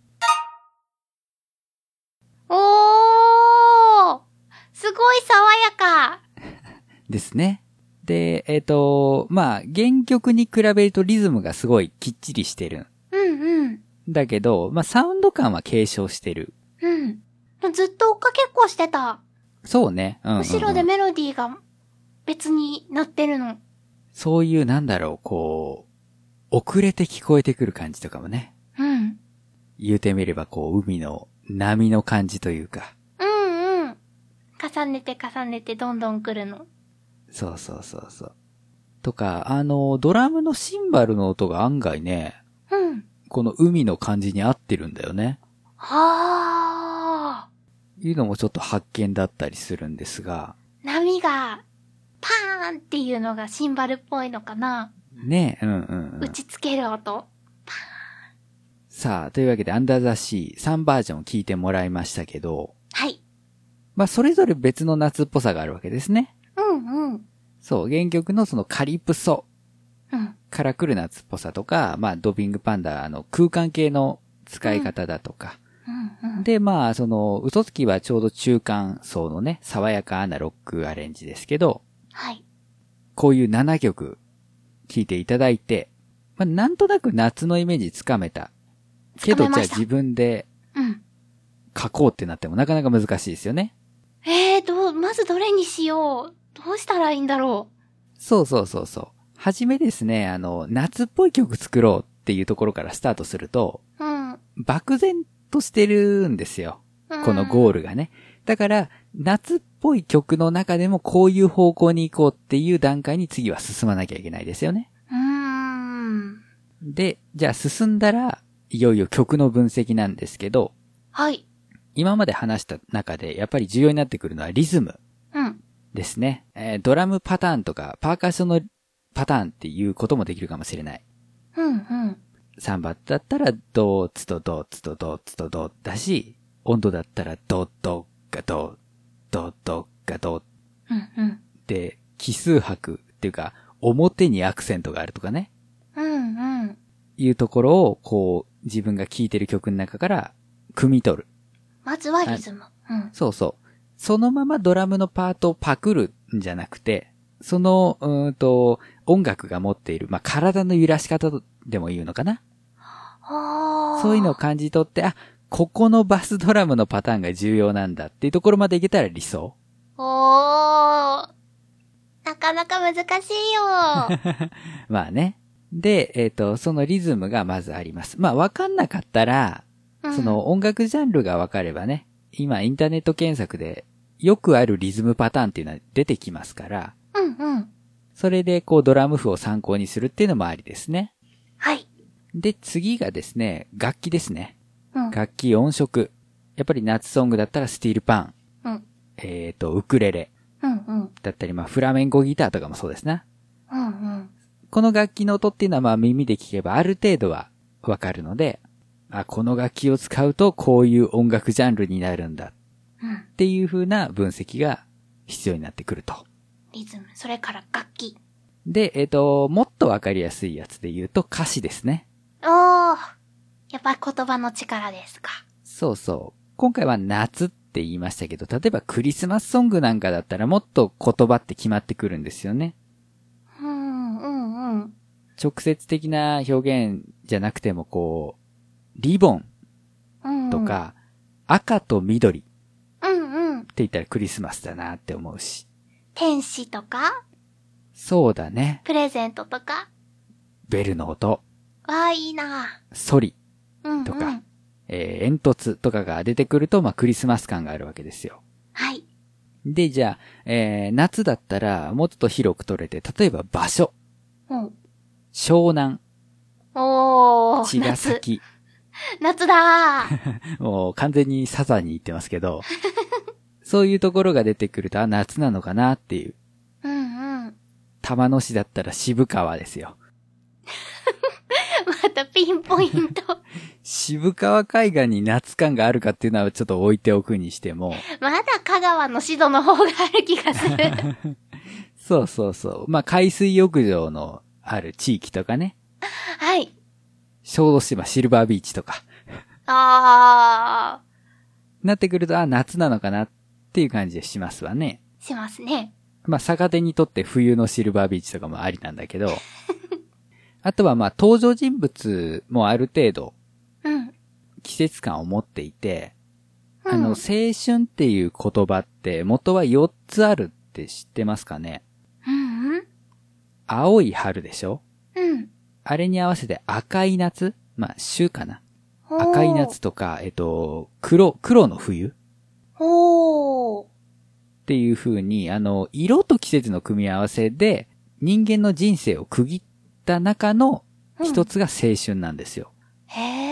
Speaker 2: おーすごい爽やか
Speaker 1: ですね。で、えっと、まあ、原曲に比べるとリズムがすごいきっちりしてるん
Speaker 2: うんうん。
Speaker 1: だけど、まあ、サウンド感は継承してる。
Speaker 2: うん。ずっと追っかけっこしてた。
Speaker 1: そうね。うんうんうん
Speaker 2: 後ろでメロディーが別になってるの。
Speaker 1: そういう、なんだろう、こう、遅れて聞こえてくる感じとかもね。
Speaker 2: うん。
Speaker 1: 言うてみれば、こう、海の波の感じというか。
Speaker 2: うんうん。重ねて重ねてどんどん来るの。
Speaker 1: そうそうそうそう。とか、あの、ドラムのシンバルの音が案外ね、
Speaker 2: うん。
Speaker 1: この海の感じに合ってるんだよね。
Speaker 2: はあ。
Speaker 1: いうのもちょっと発見だったりするんですが、
Speaker 2: 波が、パーンっていうのがシンバルっぽいのかな、
Speaker 1: ねえ、うんうん、う
Speaker 2: 打
Speaker 1: ん。
Speaker 2: ちつける音。
Speaker 1: さあ、というわけで、アンダーザシー3バージョンを聞いてもらいましたけど、
Speaker 2: はい。
Speaker 1: まあ、それぞれ別の夏っぽさがあるわけですね。
Speaker 2: うんうん。
Speaker 1: そう、原曲のそのカリプソ
Speaker 2: うん。
Speaker 1: から来る夏っぽさとか、まあ、ドビングパンダの空間系の使い方だとか、
Speaker 2: うんうん。
Speaker 1: で、まあ、その、嘘つきはちょうど中間層のね、爽やかなロックアレンジですけど、
Speaker 2: はい。
Speaker 1: こういう7曲聴いていただいて、まあ、なんとなく夏のイメージつかめた。けど、じ
Speaker 2: つかめ
Speaker 1: ゃあ
Speaker 2: ました
Speaker 1: 自分で
Speaker 2: うん。
Speaker 1: 書こうってなってもなかなか難しいですよね。
Speaker 2: えー、どう、まずどれにしよう。どうしたらいいんだろ
Speaker 1: そうそうそうそう。はじめですね、あの、夏っぽい曲作ろうっていうところからスタートすると、
Speaker 2: う。うん。
Speaker 1: 漠然としてるんですよ。このゴー
Speaker 2: ル。
Speaker 1: ルがね。だから、夏っぽい曲の中でもこういう方向に行こうっていう段階に次は進まなきゃいけないですよね。
Speaker 2: うーん。
Speaker 1: で、じゃあ進んだら、いよいよ曲の分析なんですけど、
Speaker 2: はい。
Speaker 1: 今まで話した中でやっぱり重要になってくるのはリズム
Speaker 2: うん。
Speaker 1: ですね。えードラムパターンとかパーカッションのパターンっていうこともできるかもしれない。
Speaker 2: うんうん。
Speaker 1: サンバだったらドーツとドーツとドーツとドーだし、温度だったらドドガドドドガド
Speaker 2: うんうん。
Speaker 1: で、奇数拍っていうか、表にアクセントがあるとかね、
Speaker 2: うんうん。
Speaker 1: いうところを、こう、自分が聴いてる曲の中から、汲み取る。
Speaker 2: まずはリズム。うん。
Speaker 1: そうそう。そのままドラムのパートをパクるんじゃなくて、その、うーんと、音楽が持っている、まあ、体の揺らし方とでも言うのかな。
Speaker 2: あー
Speaker 1: そういうのを。感じ取って、あ、ここのバスドラムのパターンが重要なんだっていうところまでいけたら理想。
Speaker 2: おー。なかなか難しい よ。
Speaker 1: まあね。で、えっ、と、そのリズムがまずあります。まあ、わかんなかったら、
Speaker 2: うん
Speaker 1: そ、の音楽ジャンルが分かればね、今インターネット検索でよくあるリズムパターンっていうのは出てきますから、
Speaker 2: うんうん。
Speaker 1: それでこうドラム譜を参考にするっていうのもありですね。
Speaker 2: はい。
Speaker 1: で、次がですね、楽器ですね。
Speaker 2: うん。
Speaker 1: 楽器音色。やっぱり夏ソングだったらスティールパン。
Speaker 2: うん。
Speaker 1: えっ、と、ウクレレ。
Speaker 2: うんうん。
Speaker 1: だったり、まあ、フラメンコギターとかもそうですな。
Speaker 2: うんうん。
Speaker 1: この楽器の音っていうのはまあ耳で聞けばある程度はわかるので、あ、この楽器を使うとこういう音楽ジャンルになるんだ
Speaker 2: うん。
Speaker 1: っていう風な分析が必要になってくると。
Speaker 2: リズム。それから楽器。
Speaker 1: で、えっ、と、もっとわかりやすいやつで言うと歌詞ですね。
Speaker 2: おー。やっぱ言葉の力ですか。
Speaker 1: そうそう。今回は夏って言いましたけど、例えばクリスマスソングなんかだったらもっと言葉って決まってくるんですよね。
Speaker 2: うんうんうん。
Speaker 1: 直接的な表現じゃなくてもこう、リボン
Speaker 2: うんうん
Speaker 1: と。か、赤と緑って
Speaker 2: うんうん。
Speaker 1: 言ったらクリスマスだなって思うし。
Speaker 2: 天使とか、
Speaker 1: そうだね。
Speaker 2: プレゼントとか。
Speaker 1: ベルの音、
Speaker 2: わあ、いいな。
Speaker 1: ソリ、
Speaker 2: うん、うん。
Speaker 1: とか。えー煙突とかが出てくると、まあクリスマス感があるわけですよ。
Speaker 2: はい。
Speaker 1: で、じゃあ、えー、夏だったら、もうちょっと広く取れて、例えば場所、
Speaker 2: うん。
Speaker 1: 湘南、
Speaker 2: おー。
Speaker 1: 茅ヶ崎、
Speaker 2: 夏。夏だー。
Speaker 1: もう完全にサザンに行ってますけど、そういうところが出てくると、あ、夏なのかなっていう。
Speaker 2: うん うん。
Speaker 1: 玉野市だったら渋川ですよ。
Speaker 2: またピンポイント。
Speaker 1: 渋川海岸に夏感があるかっていうのはちょっと置いておくにしても、
Speaker 2: まだ香川のシドの方がある気がする。
Speaker 1: そうそうそう。まあ、海水浴場のある地域とかね、
Speaker 2: はい。
Speaker 1: 小豆島シルバービーチとか、
Speaker 2: あ
Speaker 1: なってくると、あ、夏なのかなっていう感じがしますわね。
Speaker 2: ー。しますね。
Speaker 1: まあ、逆手にとって冬のシルバービーチとかもありなんだけど、あとはまあ、登場人物もある程度
Speaker 2: うん。
Speaker 1: 季節感を持っていて、
Speaker 2: うん、
Speaker 1: あの、青春っていう言葉って元は4つあるって知ってますかね
Speaker 2: うんうん。
Speaker 1: 青い春でしょ
Speaker 2: うん。
Speaker 1: あれに合わせて赤い夏まあ、秋かな
Speaker 2: ほー
Speaker 1: 赤い夏。とか、えっと、黒、黒の冬っ
Speaker 2: ほー。
Speaker 1: ていう風に、あの、色と季節の組み合わせで人間の人生を区切った中の一
Speaker 2: つ。
Speaker 1: つが青春なんですよ。
Speaker 2: へー。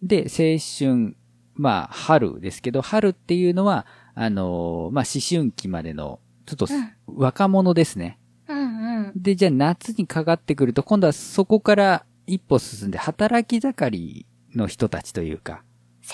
Speaker 1: で、青春まあ、春ですけど、春っていうのは、あのーまあ、思春期までの、ちょっとす
Speaker 2: うん
Speaker 1: 若者ですね。
Speaker 2: うんうん。
Speaker 1: で、じゃあ夏にかかってくると、今度はそこから一歩進んで、働き盛りの人たちというか、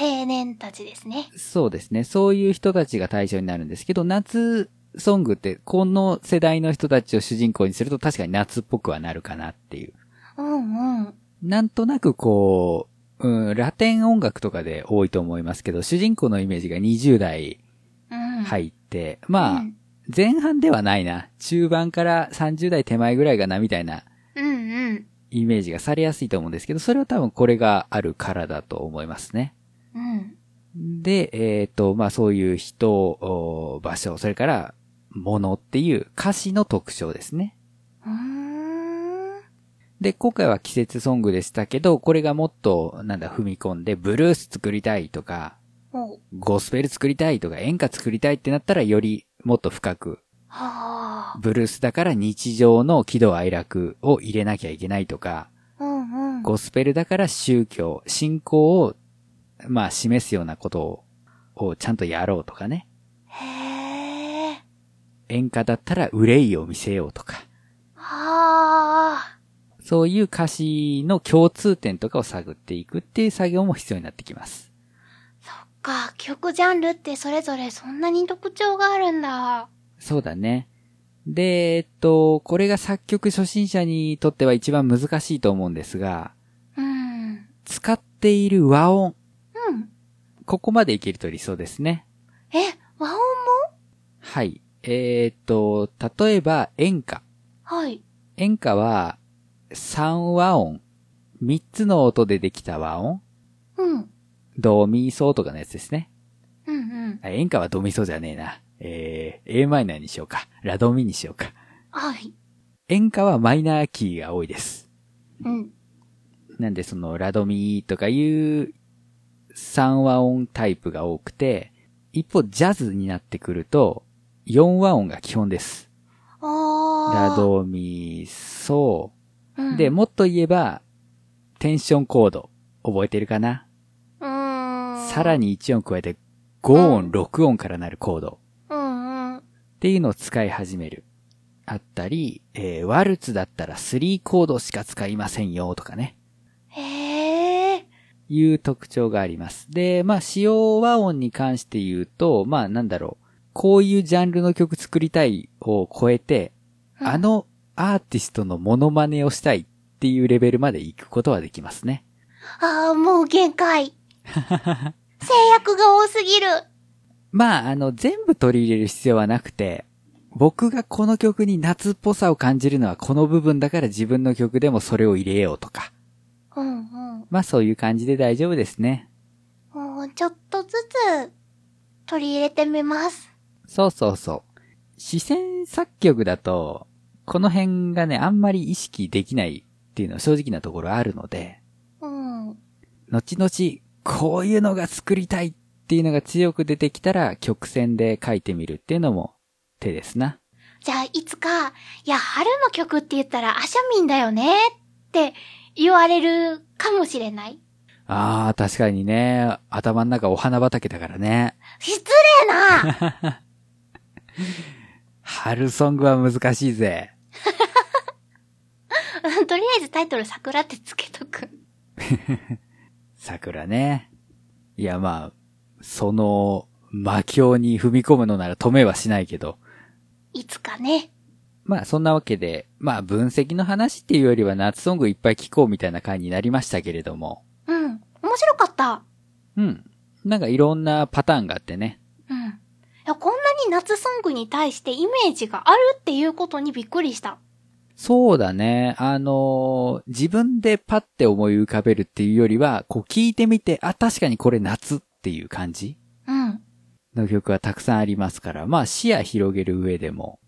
Speaker 2: 青年たちですね。
Speaker 1: そうですね。そういう人たちが対象になるんですけど、夏ソングって、この世代の人たちを主人公にすると確かに夏っぽくはなるかなっていう。
Speaker 2: うんうん。
Speaker 1: なんとなくこう、うん、ラテン音楽とかで多いと思いますけど、主人公のイメージが20代
Speaker 2: うん。い。
Speaker 1: 入って、まあ
Speaker 2: うん、
Speaker 1: 前半ではないな。中盤から30代手前ぐらいがな、みたいな
Speaker 2: うんうん。
Speaker 1: イメージがされやすいと思うんですけど、それは多分これがあるからだと思いますね。
Speaker 2: うん。
Speaker 1: で、えっ、と、まあそういう人、お場所、それから物っていう歌詞の特徴ですね。
Speaker 2: うーん。
Speaker 1: で、今回は季節ソングでしたけど、これがもっと、なんだ、踏み込んで、ブルース作りたいとか、
Speaker 2: おは
Speaker 1: ゴスペル作りたいとか、演歌作りたいってなったら、よりもっと深く、
Speaker 2: あ。
Speaker 1: ブルースだから日常の喜怒哀楽を入れなきゃいけないとか、
Speaker 2: うんうん。
Speaker 1: ゴスペルだから宗教、信仰を、まあ示すようなことを、をちゃんとやろうとかね。
Speaker 2: へえ。
Speaker 1: 演歌だったら憂いを見せようとか、
Speaker 2: ああ。
Speaker 1: そういう歌詞の共通点とかを探っていくっていう作業も必要になってきます。
Speaker 2: そっか。曲ジャンルってそれぞれそんなに特徴があるんだ。
Speaker 1: そうだね。で、えっと、これが作曲初心者にとっては一番難しいと思うんですが、
Speaker 2: うん。
Speaker 1: 使っている和音、
Speaker 2: うん。
Speaker 1: ここまでいけると理想ですね。
Speaker 2: え、和音も
Speaker 1: はい。えっと、例えば演歌。
Speaker 2: はい。
Speaker 1: 演歌は3和音、3つの音でできた和音、
Speaker 2: うん。
Speaker 1: ドミソとかのやつですね。
Speaker 2: うんうん。
Speaker 1: あ演歌はドミソじゃねえな。えー、a マイナーにしようか。ラドミにしようか。
Speaker 2: はい。
Speaker 1: 演歌はマイナーキーが多いです。
Speaker 2: うん。
Speaker 1: なんでそのラドミとかいう3和音タイプが多くて、一方ジャズになってくると4和音が基本です。
Speaker 2: ああ。
Speaker 1: ラドミソ
Speaker 2: うん
Speaker 1: で、もっと言えばテンションコード覚えてるかな
Speaker 2: うーん。
Speaker 1: さら
Speaker 2: に。
Speaker 1: に1音加えて5音、6音からなるコード。
Speaker 2: うんうん。
Speaker 1: っていうのを使い始める。あったり、えーワルツだったら3コードしか使いませんよとかね、
Speaker 2: へえ。
Speaker 1: いう特徴があります。で、まあ、使用和音に関して言うと、まあ、なんだろう、こういうジャンルの曲作りたいを超えて、
Speaker 2: うん
Speaker 1: あのアーティストのモノマネをしたいっていうレベルまで行くことはできますね。
Speaker 2: ああ、もう 限界。制約が多すぎる。
Speaker 1: まあ、あの、全部取り入れる必要はなくて、僕がこの曲に夏っぽさを感じるのはこの部分だから自分の曲でもそれを入れようとか。
Speaker 2: うん
Speaker 1: まあそういう感じで大丈夫ですね。
Speaker 2: うん。もうちょっとずつ取り入れてみます。
Speaker 1: そうそうそう。視線作曲だと、この辺がね、あんまり意識できないっていうのは正直なところあるので、
Speaker 2: うん。
Speaker 1: 後々、こういうのが作りたいっていうのが強く出てきたら、曲線で書いてみるっていうのも手ですな。
Speaker 2: じゃあ、いつか、いや、春の曲って言ったらアシャミンだよねって言われるかもしれない。
Speaker 1: ああ、確かにね、頭の中お花畑だからね。
Speaker 2: 失礼な
Speaker 1: 春ソングは難しいぜ。
Speaker 2: うんとりあえずタイトル桜ってつけとく。
Speaker 1: 桜ね。いや、まあ、その、魔境に踏み込むのなら止めはしないけど。
Speaker 2: いつかね。
Speaker 1: まあ、そんなわけで、まあ、分析の話っていうよりは夏ソングいっぱい聴こうみたいな回になりましたけれども。
Speaker 2: うん。面白かった。
Speaker 1: うん。なんかいろんなパターンがあってね。
Speaker 2: うん。いや、こんなに夏ソングに対してイメージがあるっていうことにびっくりした。
Speaker 1: そうだね。あのー自分でパッて思い浮かべるっていうよりは、こう聞いてみて、あ、確かにこれ夏っていう感じ
Speaker 2: うん。
Speaker 1: の曲はたくさんありますから、まあ視野広げる上でも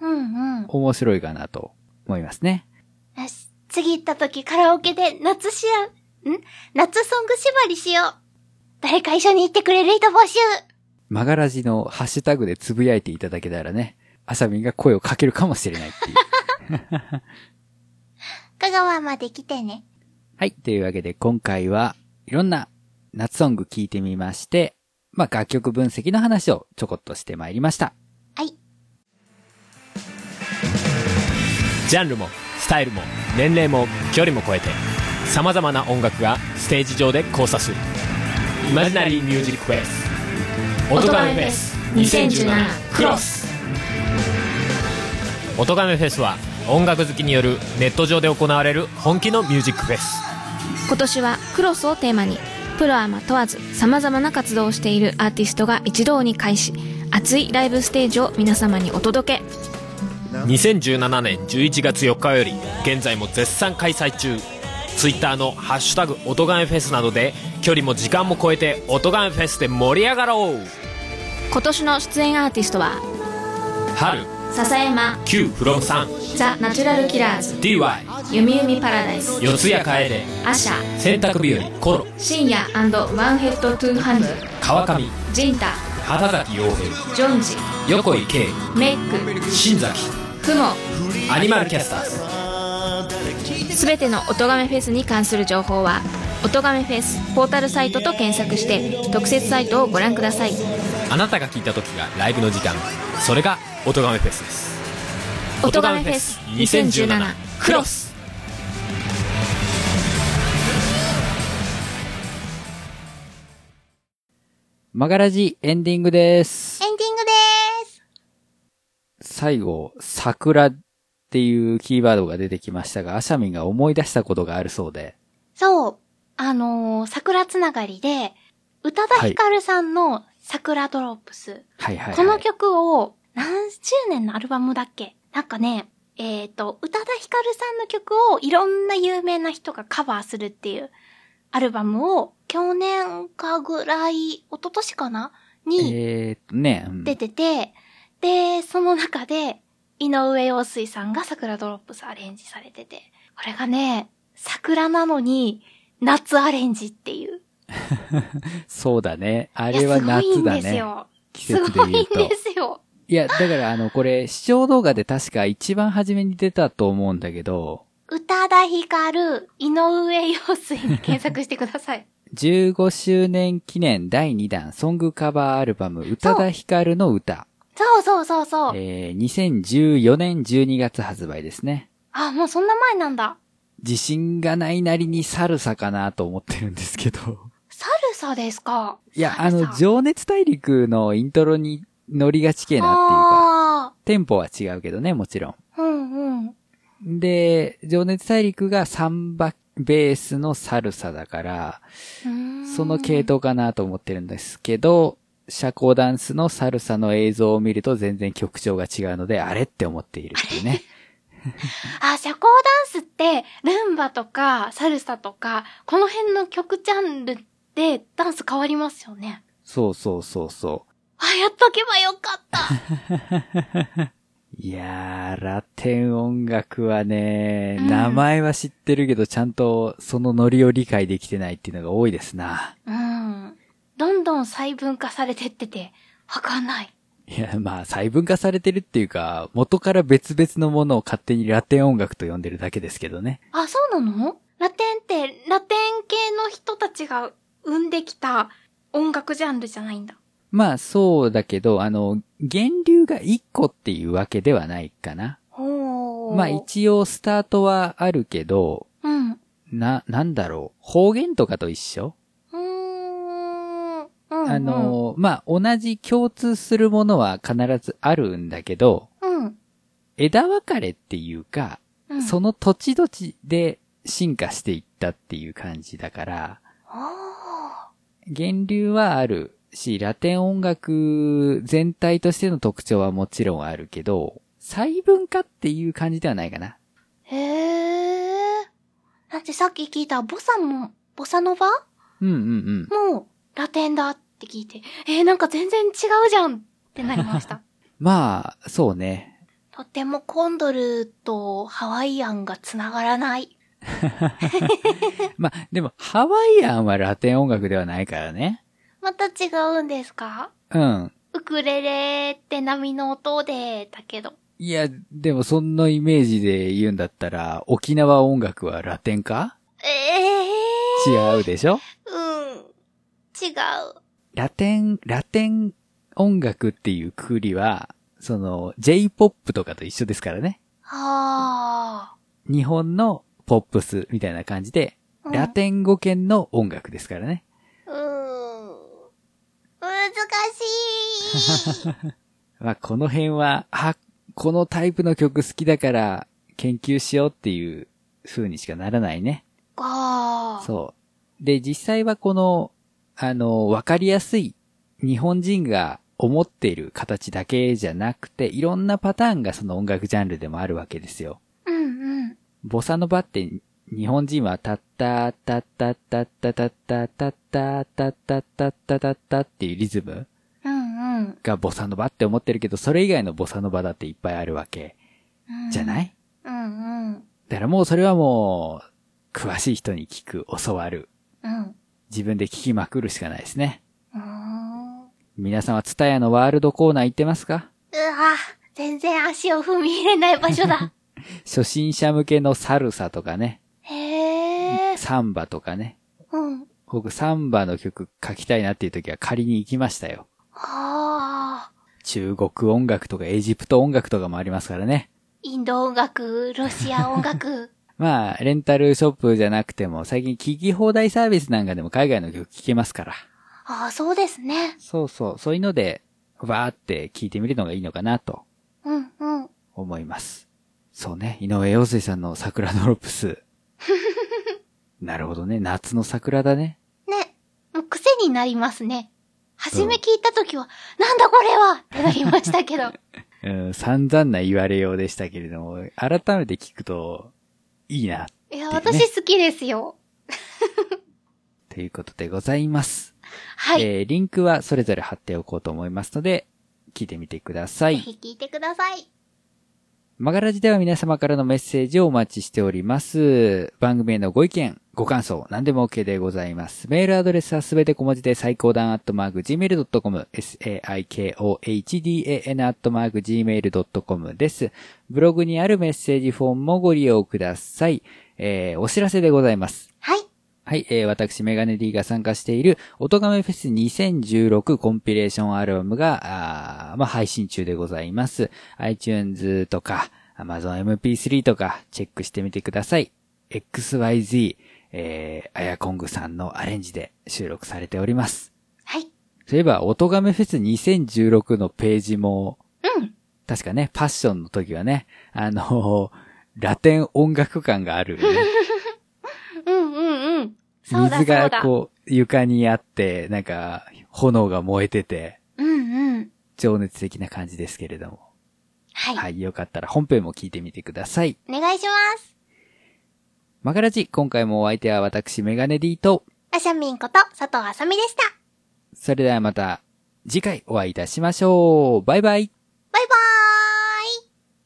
Speaker 2: うんうん。
Speaker 1: 面白いかなと思いますね。
Speaker 2: よし。次行った時カラオケで夏しや、ん夏ソング縛りしよう。誰か一緒に行ってくれる人募集
Speaker 1: マガラジのハッシュタグでつぶやいていただけたらね、あさみんが声をかけるかもしれないっていう。
Speaker 2: 香川まで来てね。
Speaker 1: はい。というわけで今回はいろんな夏ソング聞いてみまして、まあ、楽曲分析の話をちょこっとしてまいりました。
Speaker 2: はい。
Speaker 3: ジャンルもスタイルも年齢も距離も超えてさまざまな音楽がステージ上で交差するイマジナリーミュージックフェス音ガメフェス2017クロス音ガメフェスは音楽好きによるネット上で行われる本気のミュージックフェス
Speaker 4: 今年はクロスをテーマにプロアマ問わず様々な活動をしているアーティストが一堂に会し熱いライブステージを皆様にお届け
Speaker 3: 2017年11月4日より現在も絶賛開催中 Twitter の「ハッシュタグ音がめフェス」などで距離も時間も超えて音がめフェスで盛り上がろう
Speaker 4: 今年の出演アーティストは
Speaker 3: 春
Speaker 4: 笹山
Speaker 3: Q from 3
Speaker 4: ザ・ナチュラルキラーズ
Speaker 3: DY
Speaker 4: ゆみゆみパラダイス
Speaker 3: 四谷楓
Speaker 4: アシャ
Speaker 3: 洗濯日和コロ
Speaker 4: 深夜ワンヘッドトゥーハンド
Speaker 3: 川上
Speaker 4: ジンタ
Speaker 3: 畑崎陽平
Speaker 4: ジョンジ
Speaker 3: 横井圭
Speaker 4: メック
Speaker 3: 新崎
Speaker 4: フモ
Speaker 3: アニマルキャスターズ
Speaker 4: すべての音がめフェスに関する情報は「音がめフェス」ポータルサイトと検索して特設サイトをご覧ください
Speaker 3: あなたが聞いた時がライブの時間それが音がめフェスです
Speaker 4: 音がめフェス2017クロス
Speaker 1: マガラジエンディングです。
Speaker 2: エンディングでーす。
Speaker 1: 最後、桜っていうキーワードが出てきましたが、アシャミンが思い出したことがあるそうで。
Speaker 2: そう。あのー桜つながりで、宇多田ヒカルさんの桜ドロップス。
Speaker 1: はいはい、はい。
Speaker 2: この曲を、何周年のアルバムだっけなんかね、えっ、と、宇多田ヒカルさんの曲をいろんな有名な人がカバーするっていうアルバムを、去年かぐらい、一昨年かなに
Speaker 1: えーっとね、うん
Speaker 2: 出てて、で、その中で、井上陽水さんが桜ドロップスアレンジされてて、これがね、桜なのに、夏アレンジっていう。
Speaker 1: そうだね。あ
Speaker 2: あ
Speaker 1: れは夏だ
Speaker 2: すごいんです
Speaker 1: ね。
Speaker 2: よ。
Speaker 1: 季
Speaker 2: す
Speaker 1: 節で
Speaker 2: ごい
Speaker 1: 言
Speaker 2: ん
Speaker 1: うと。
Speaker 2: ですよ。
Speaker 1: いや、だからあの、これ、視聴動画で確か一番初めに出たと思うんだけど、
Speaker 2: 宇多田ヒカル、井上陽水に検索してく ださい。
Speaker 1: 15周年記念第2弾ソングカバーアルバム、宇多田ヒカルの歌。
Speaker 2: そうそうそうそう。
Speaker 1: えー、2014年12月発売ですね。
Speaker 2: あ、もうそんな前なんだ。
Speaker 1: 自信がないなりにサルサかなと思ってるんですけど。
Speaker 2: サルサですか。
Speaker 1: いや、
Speaker 2: サ
Speaker 1: あ
Speaker 2: ルサ
Speaker 1: の、情熱大陸のイントロに乗りがちけなっていうか、
Speaker 2: あ
Speaker 1: テンポは違うけどね、もちろん。
Speaker 2: ーうんうん。
Speaker 1: で、情熱大陸がサンバベースのサルサだから、
Speaker 2: うーん
Speaker 1: その系。統かなと思ってるんですけど、社交ダンスのサルサの映像を見ると全然曲調が違うので、あれって思っているっていうね。
Speaker 2: あ、社交ダンスって、ルンバとか、サルサとか、この辺の曲ジャンルでダンス変わりますよね。
Speaker 1: そうそうそうそう。
Speaker 2: あ、やっとけばよかった。
Speaker 1: いやー、ラテン音楽はね、
Speaker 2: うん
Speaker 1: 名前は知ってるけど、ちゃんとそのノリを理解できてないっていうのが多いですな。
Speaker 2: うん。どんどん細分化されてってて、わかんない。
Speaker 1: いや、まあ、細分化されてるっていうか、元から別々のものを勝手にラテン音楽と呼んでるだけですけどね。
Speaker 2: あ、そうなのラテンって、ラテン系の人たちが生んできた音楽ジャンルじゃないんだ。
Speaker 1: まあ、そうだけど、あの、源流が一個っていうわけではないかな。
Speaker 2: ほ
Speaker 1: まあ一応スタートはあるけど、
Speaker 2: うん。う
Speaker 1: な、なんだろう。方言とかと一緒、
Speaker 2: ーん。うんうん
Speaker 1: あ、の、まあ同じ共通するものは必ずあるんだけど、
Speaker 2: うん。
Speaker 1: 枝分かれっていうか、
Speaker 2: うん、
Speaker 1: その土地土地で進化していったっていう感じだから、
Speaker 2: あ
Speaker 1: 源流はあるし、ラテン音楽全体としての特徴はもちろんあるけど、細分化っていう感じではないかな。
Speaker 2: ーへえ。だってさっき聞いたボサも、ボサノバ
Speaker 1: うんうんうん。
Speaker 2: もうラテンだって聞いて、えー、なんか全然違うじゃんってなりま した。
Speaker 1: まあ、そうね。
Speaker 2: とてもコンドルとハワイアンがつながらない。
Speaker 1: まあ、でも、ハワイアンはラテン音楽ではないからね。
Speaker 2: また違うんですか
Speaker 1: うん。
Speaker 2: ウクレレって波の音で、だけど。
Speaker 1: いや、でもそんなイメージで言うんだったら、沖縄音楽はラテンか
Speaker 2: ええ
Speaker 1: 違うでしょ
Speaker 2: ー、うん。違う。
Speaker 1: ラテン、ラテン音楽っていうくくりは、その、J-POP とかと一緒ですからね。
Speaker 2: あ
Speaker 1: 日本のポップスみたいな感じで、
Speaker 2: あ。
Speaker 1: ラテン語圏の音楽ですからね。
Speaker 2: うん。うーん。難しい。
Speaker 1: まあ、この辺は、あ、このタイプの曲好きだから研究しようっていう風にしかならないね。
Speaker 2: ああ。
Speaker 1: そう。で、実際はこの、あの、わかりやすい日本人が思っている形だけじゃなくて、いろんなパターンがその音楽ジャンルでもあるわけですよ。
Speaker 2: うんうん。
Speaker 1: ボサノバって日本人はタッタッタッタッタッタッタッタッタッタッタッタッタッタッタっていうリズム
Speaker 2: うんうん。
Speaker 1: がボサノバって思ってるけど、それ以外のボサノバだっていっぱいあるわけ
Speaker 2: うん
Speaker 1: じゃない
Speaker 2: うんうん。
Speaker 1: だからもうそれはもう、詳しい人に聞く、教わる。
Speaker 2: うん。
Speaker 1: 自分で聞きまくるしかないですね。
Speaker 2: うーん。
Speaker 1: 皆さんはツタヤのワールドコーナー行ってますか
Speaker 2: うわ、全然足を踏み入れない場所 だ。
Speaker 1: 初心者向けのサルサとかね、
Speaker 2: へえ。
Speaker 1: サンバとかね。
Speaker 2: うん。は
Speaker 1: 僕サンバの曲書きたいなっていう時は仮に行きましたよ。
Speaker 2: あ。
Speaker 1: 中国音楽とかエジプト音楽とかもありますからね。
Speaker 2: インド音楽、ロシア音 楽。
Speaker 1: まあ、レンタルショップじゃなくても、最近聞き放題サービスなんかでも海外の曲聴けますから。
Speaker 2: ああ、そうですね。
Speaker 1: そうそう、そういうので、わーって聞いてみるのがいいのかなと
Speaker 2: うんうん。
Speaker 1: 思います。そうね、井上陽水さんの桜ドロップス。なるほどね、夏の桜だね。
Speaker 2: ね。もう癖になりますね。初め聞いたときは、なんだこれはってなりました けど。
Speaker 1: うん、散々な言われようでしたけれども、改めて聞くと、いいな、
Speaker 2: いや、
Speaker 1: っていうね
Speaker 2: 私好きですよ。
Speaker 1: ということでございます。
Speaker 2: はい。
Speaker 1: えー、リンクはそれぞれ貼っておこうと思いますので、聞いてみてくださ
Speaker 2: ぜ
Speaker 1: い。
Speaker 2: ひ聞いてください。
Speaker 1: マガラジでは皆様からのメッセージをお待ちしております。番組へのご意見、ご感想、何でも OK でございます。メールアドレスはすべて小文字で最高段アットマーク gmail.com、saikohdan アットマーク gmail.com です。ブログにあるメッセージフォームもご利用ください。えー、お知らせでございます。
Speaker 2: はい。
Speaker 1: はい、えー私、メガネ D が参加している、おとがめフェス2016コンピレーションアルバムが、あーまあ、配信中でございます。iTunes とか、Amazon MP3 とか、チェックしてみてください。XYZ、えー、アヤコングさんのアレンジで収録されております。
Speaker 2: はい。
Speaker 1: そういえば、おとがめフェス2016のページも、
Speaker 2: うん。
Speaker 1: 確かね、パッションの時はね、あのーラテン音楽感があるよね。
Speaker 2: うんうんうん。そうだ
Speaker 1: 水
Speaker 2: そう
Speaker 1: が
Speaker 2: だ。
Speaker 1: こう、床にあって、なんか、炎が燃えてて、
Speaker 2: うんうん。
Speaker 1: 情熱的な感じですけれども。
Speaker 2: はい。
Speaker 1: はい、よかったら本編も聞いてみてください。
Speaker 2: お願いします。
Speaker 1: マガラジ、今回もお相手は私メガネ D と、
Speaker 2: あしゃみんこと佐藤あさみでした。
Speaker 1: それではまた次回お会いいたしましょう。バイバイ。
Speaker 2: バイバーイ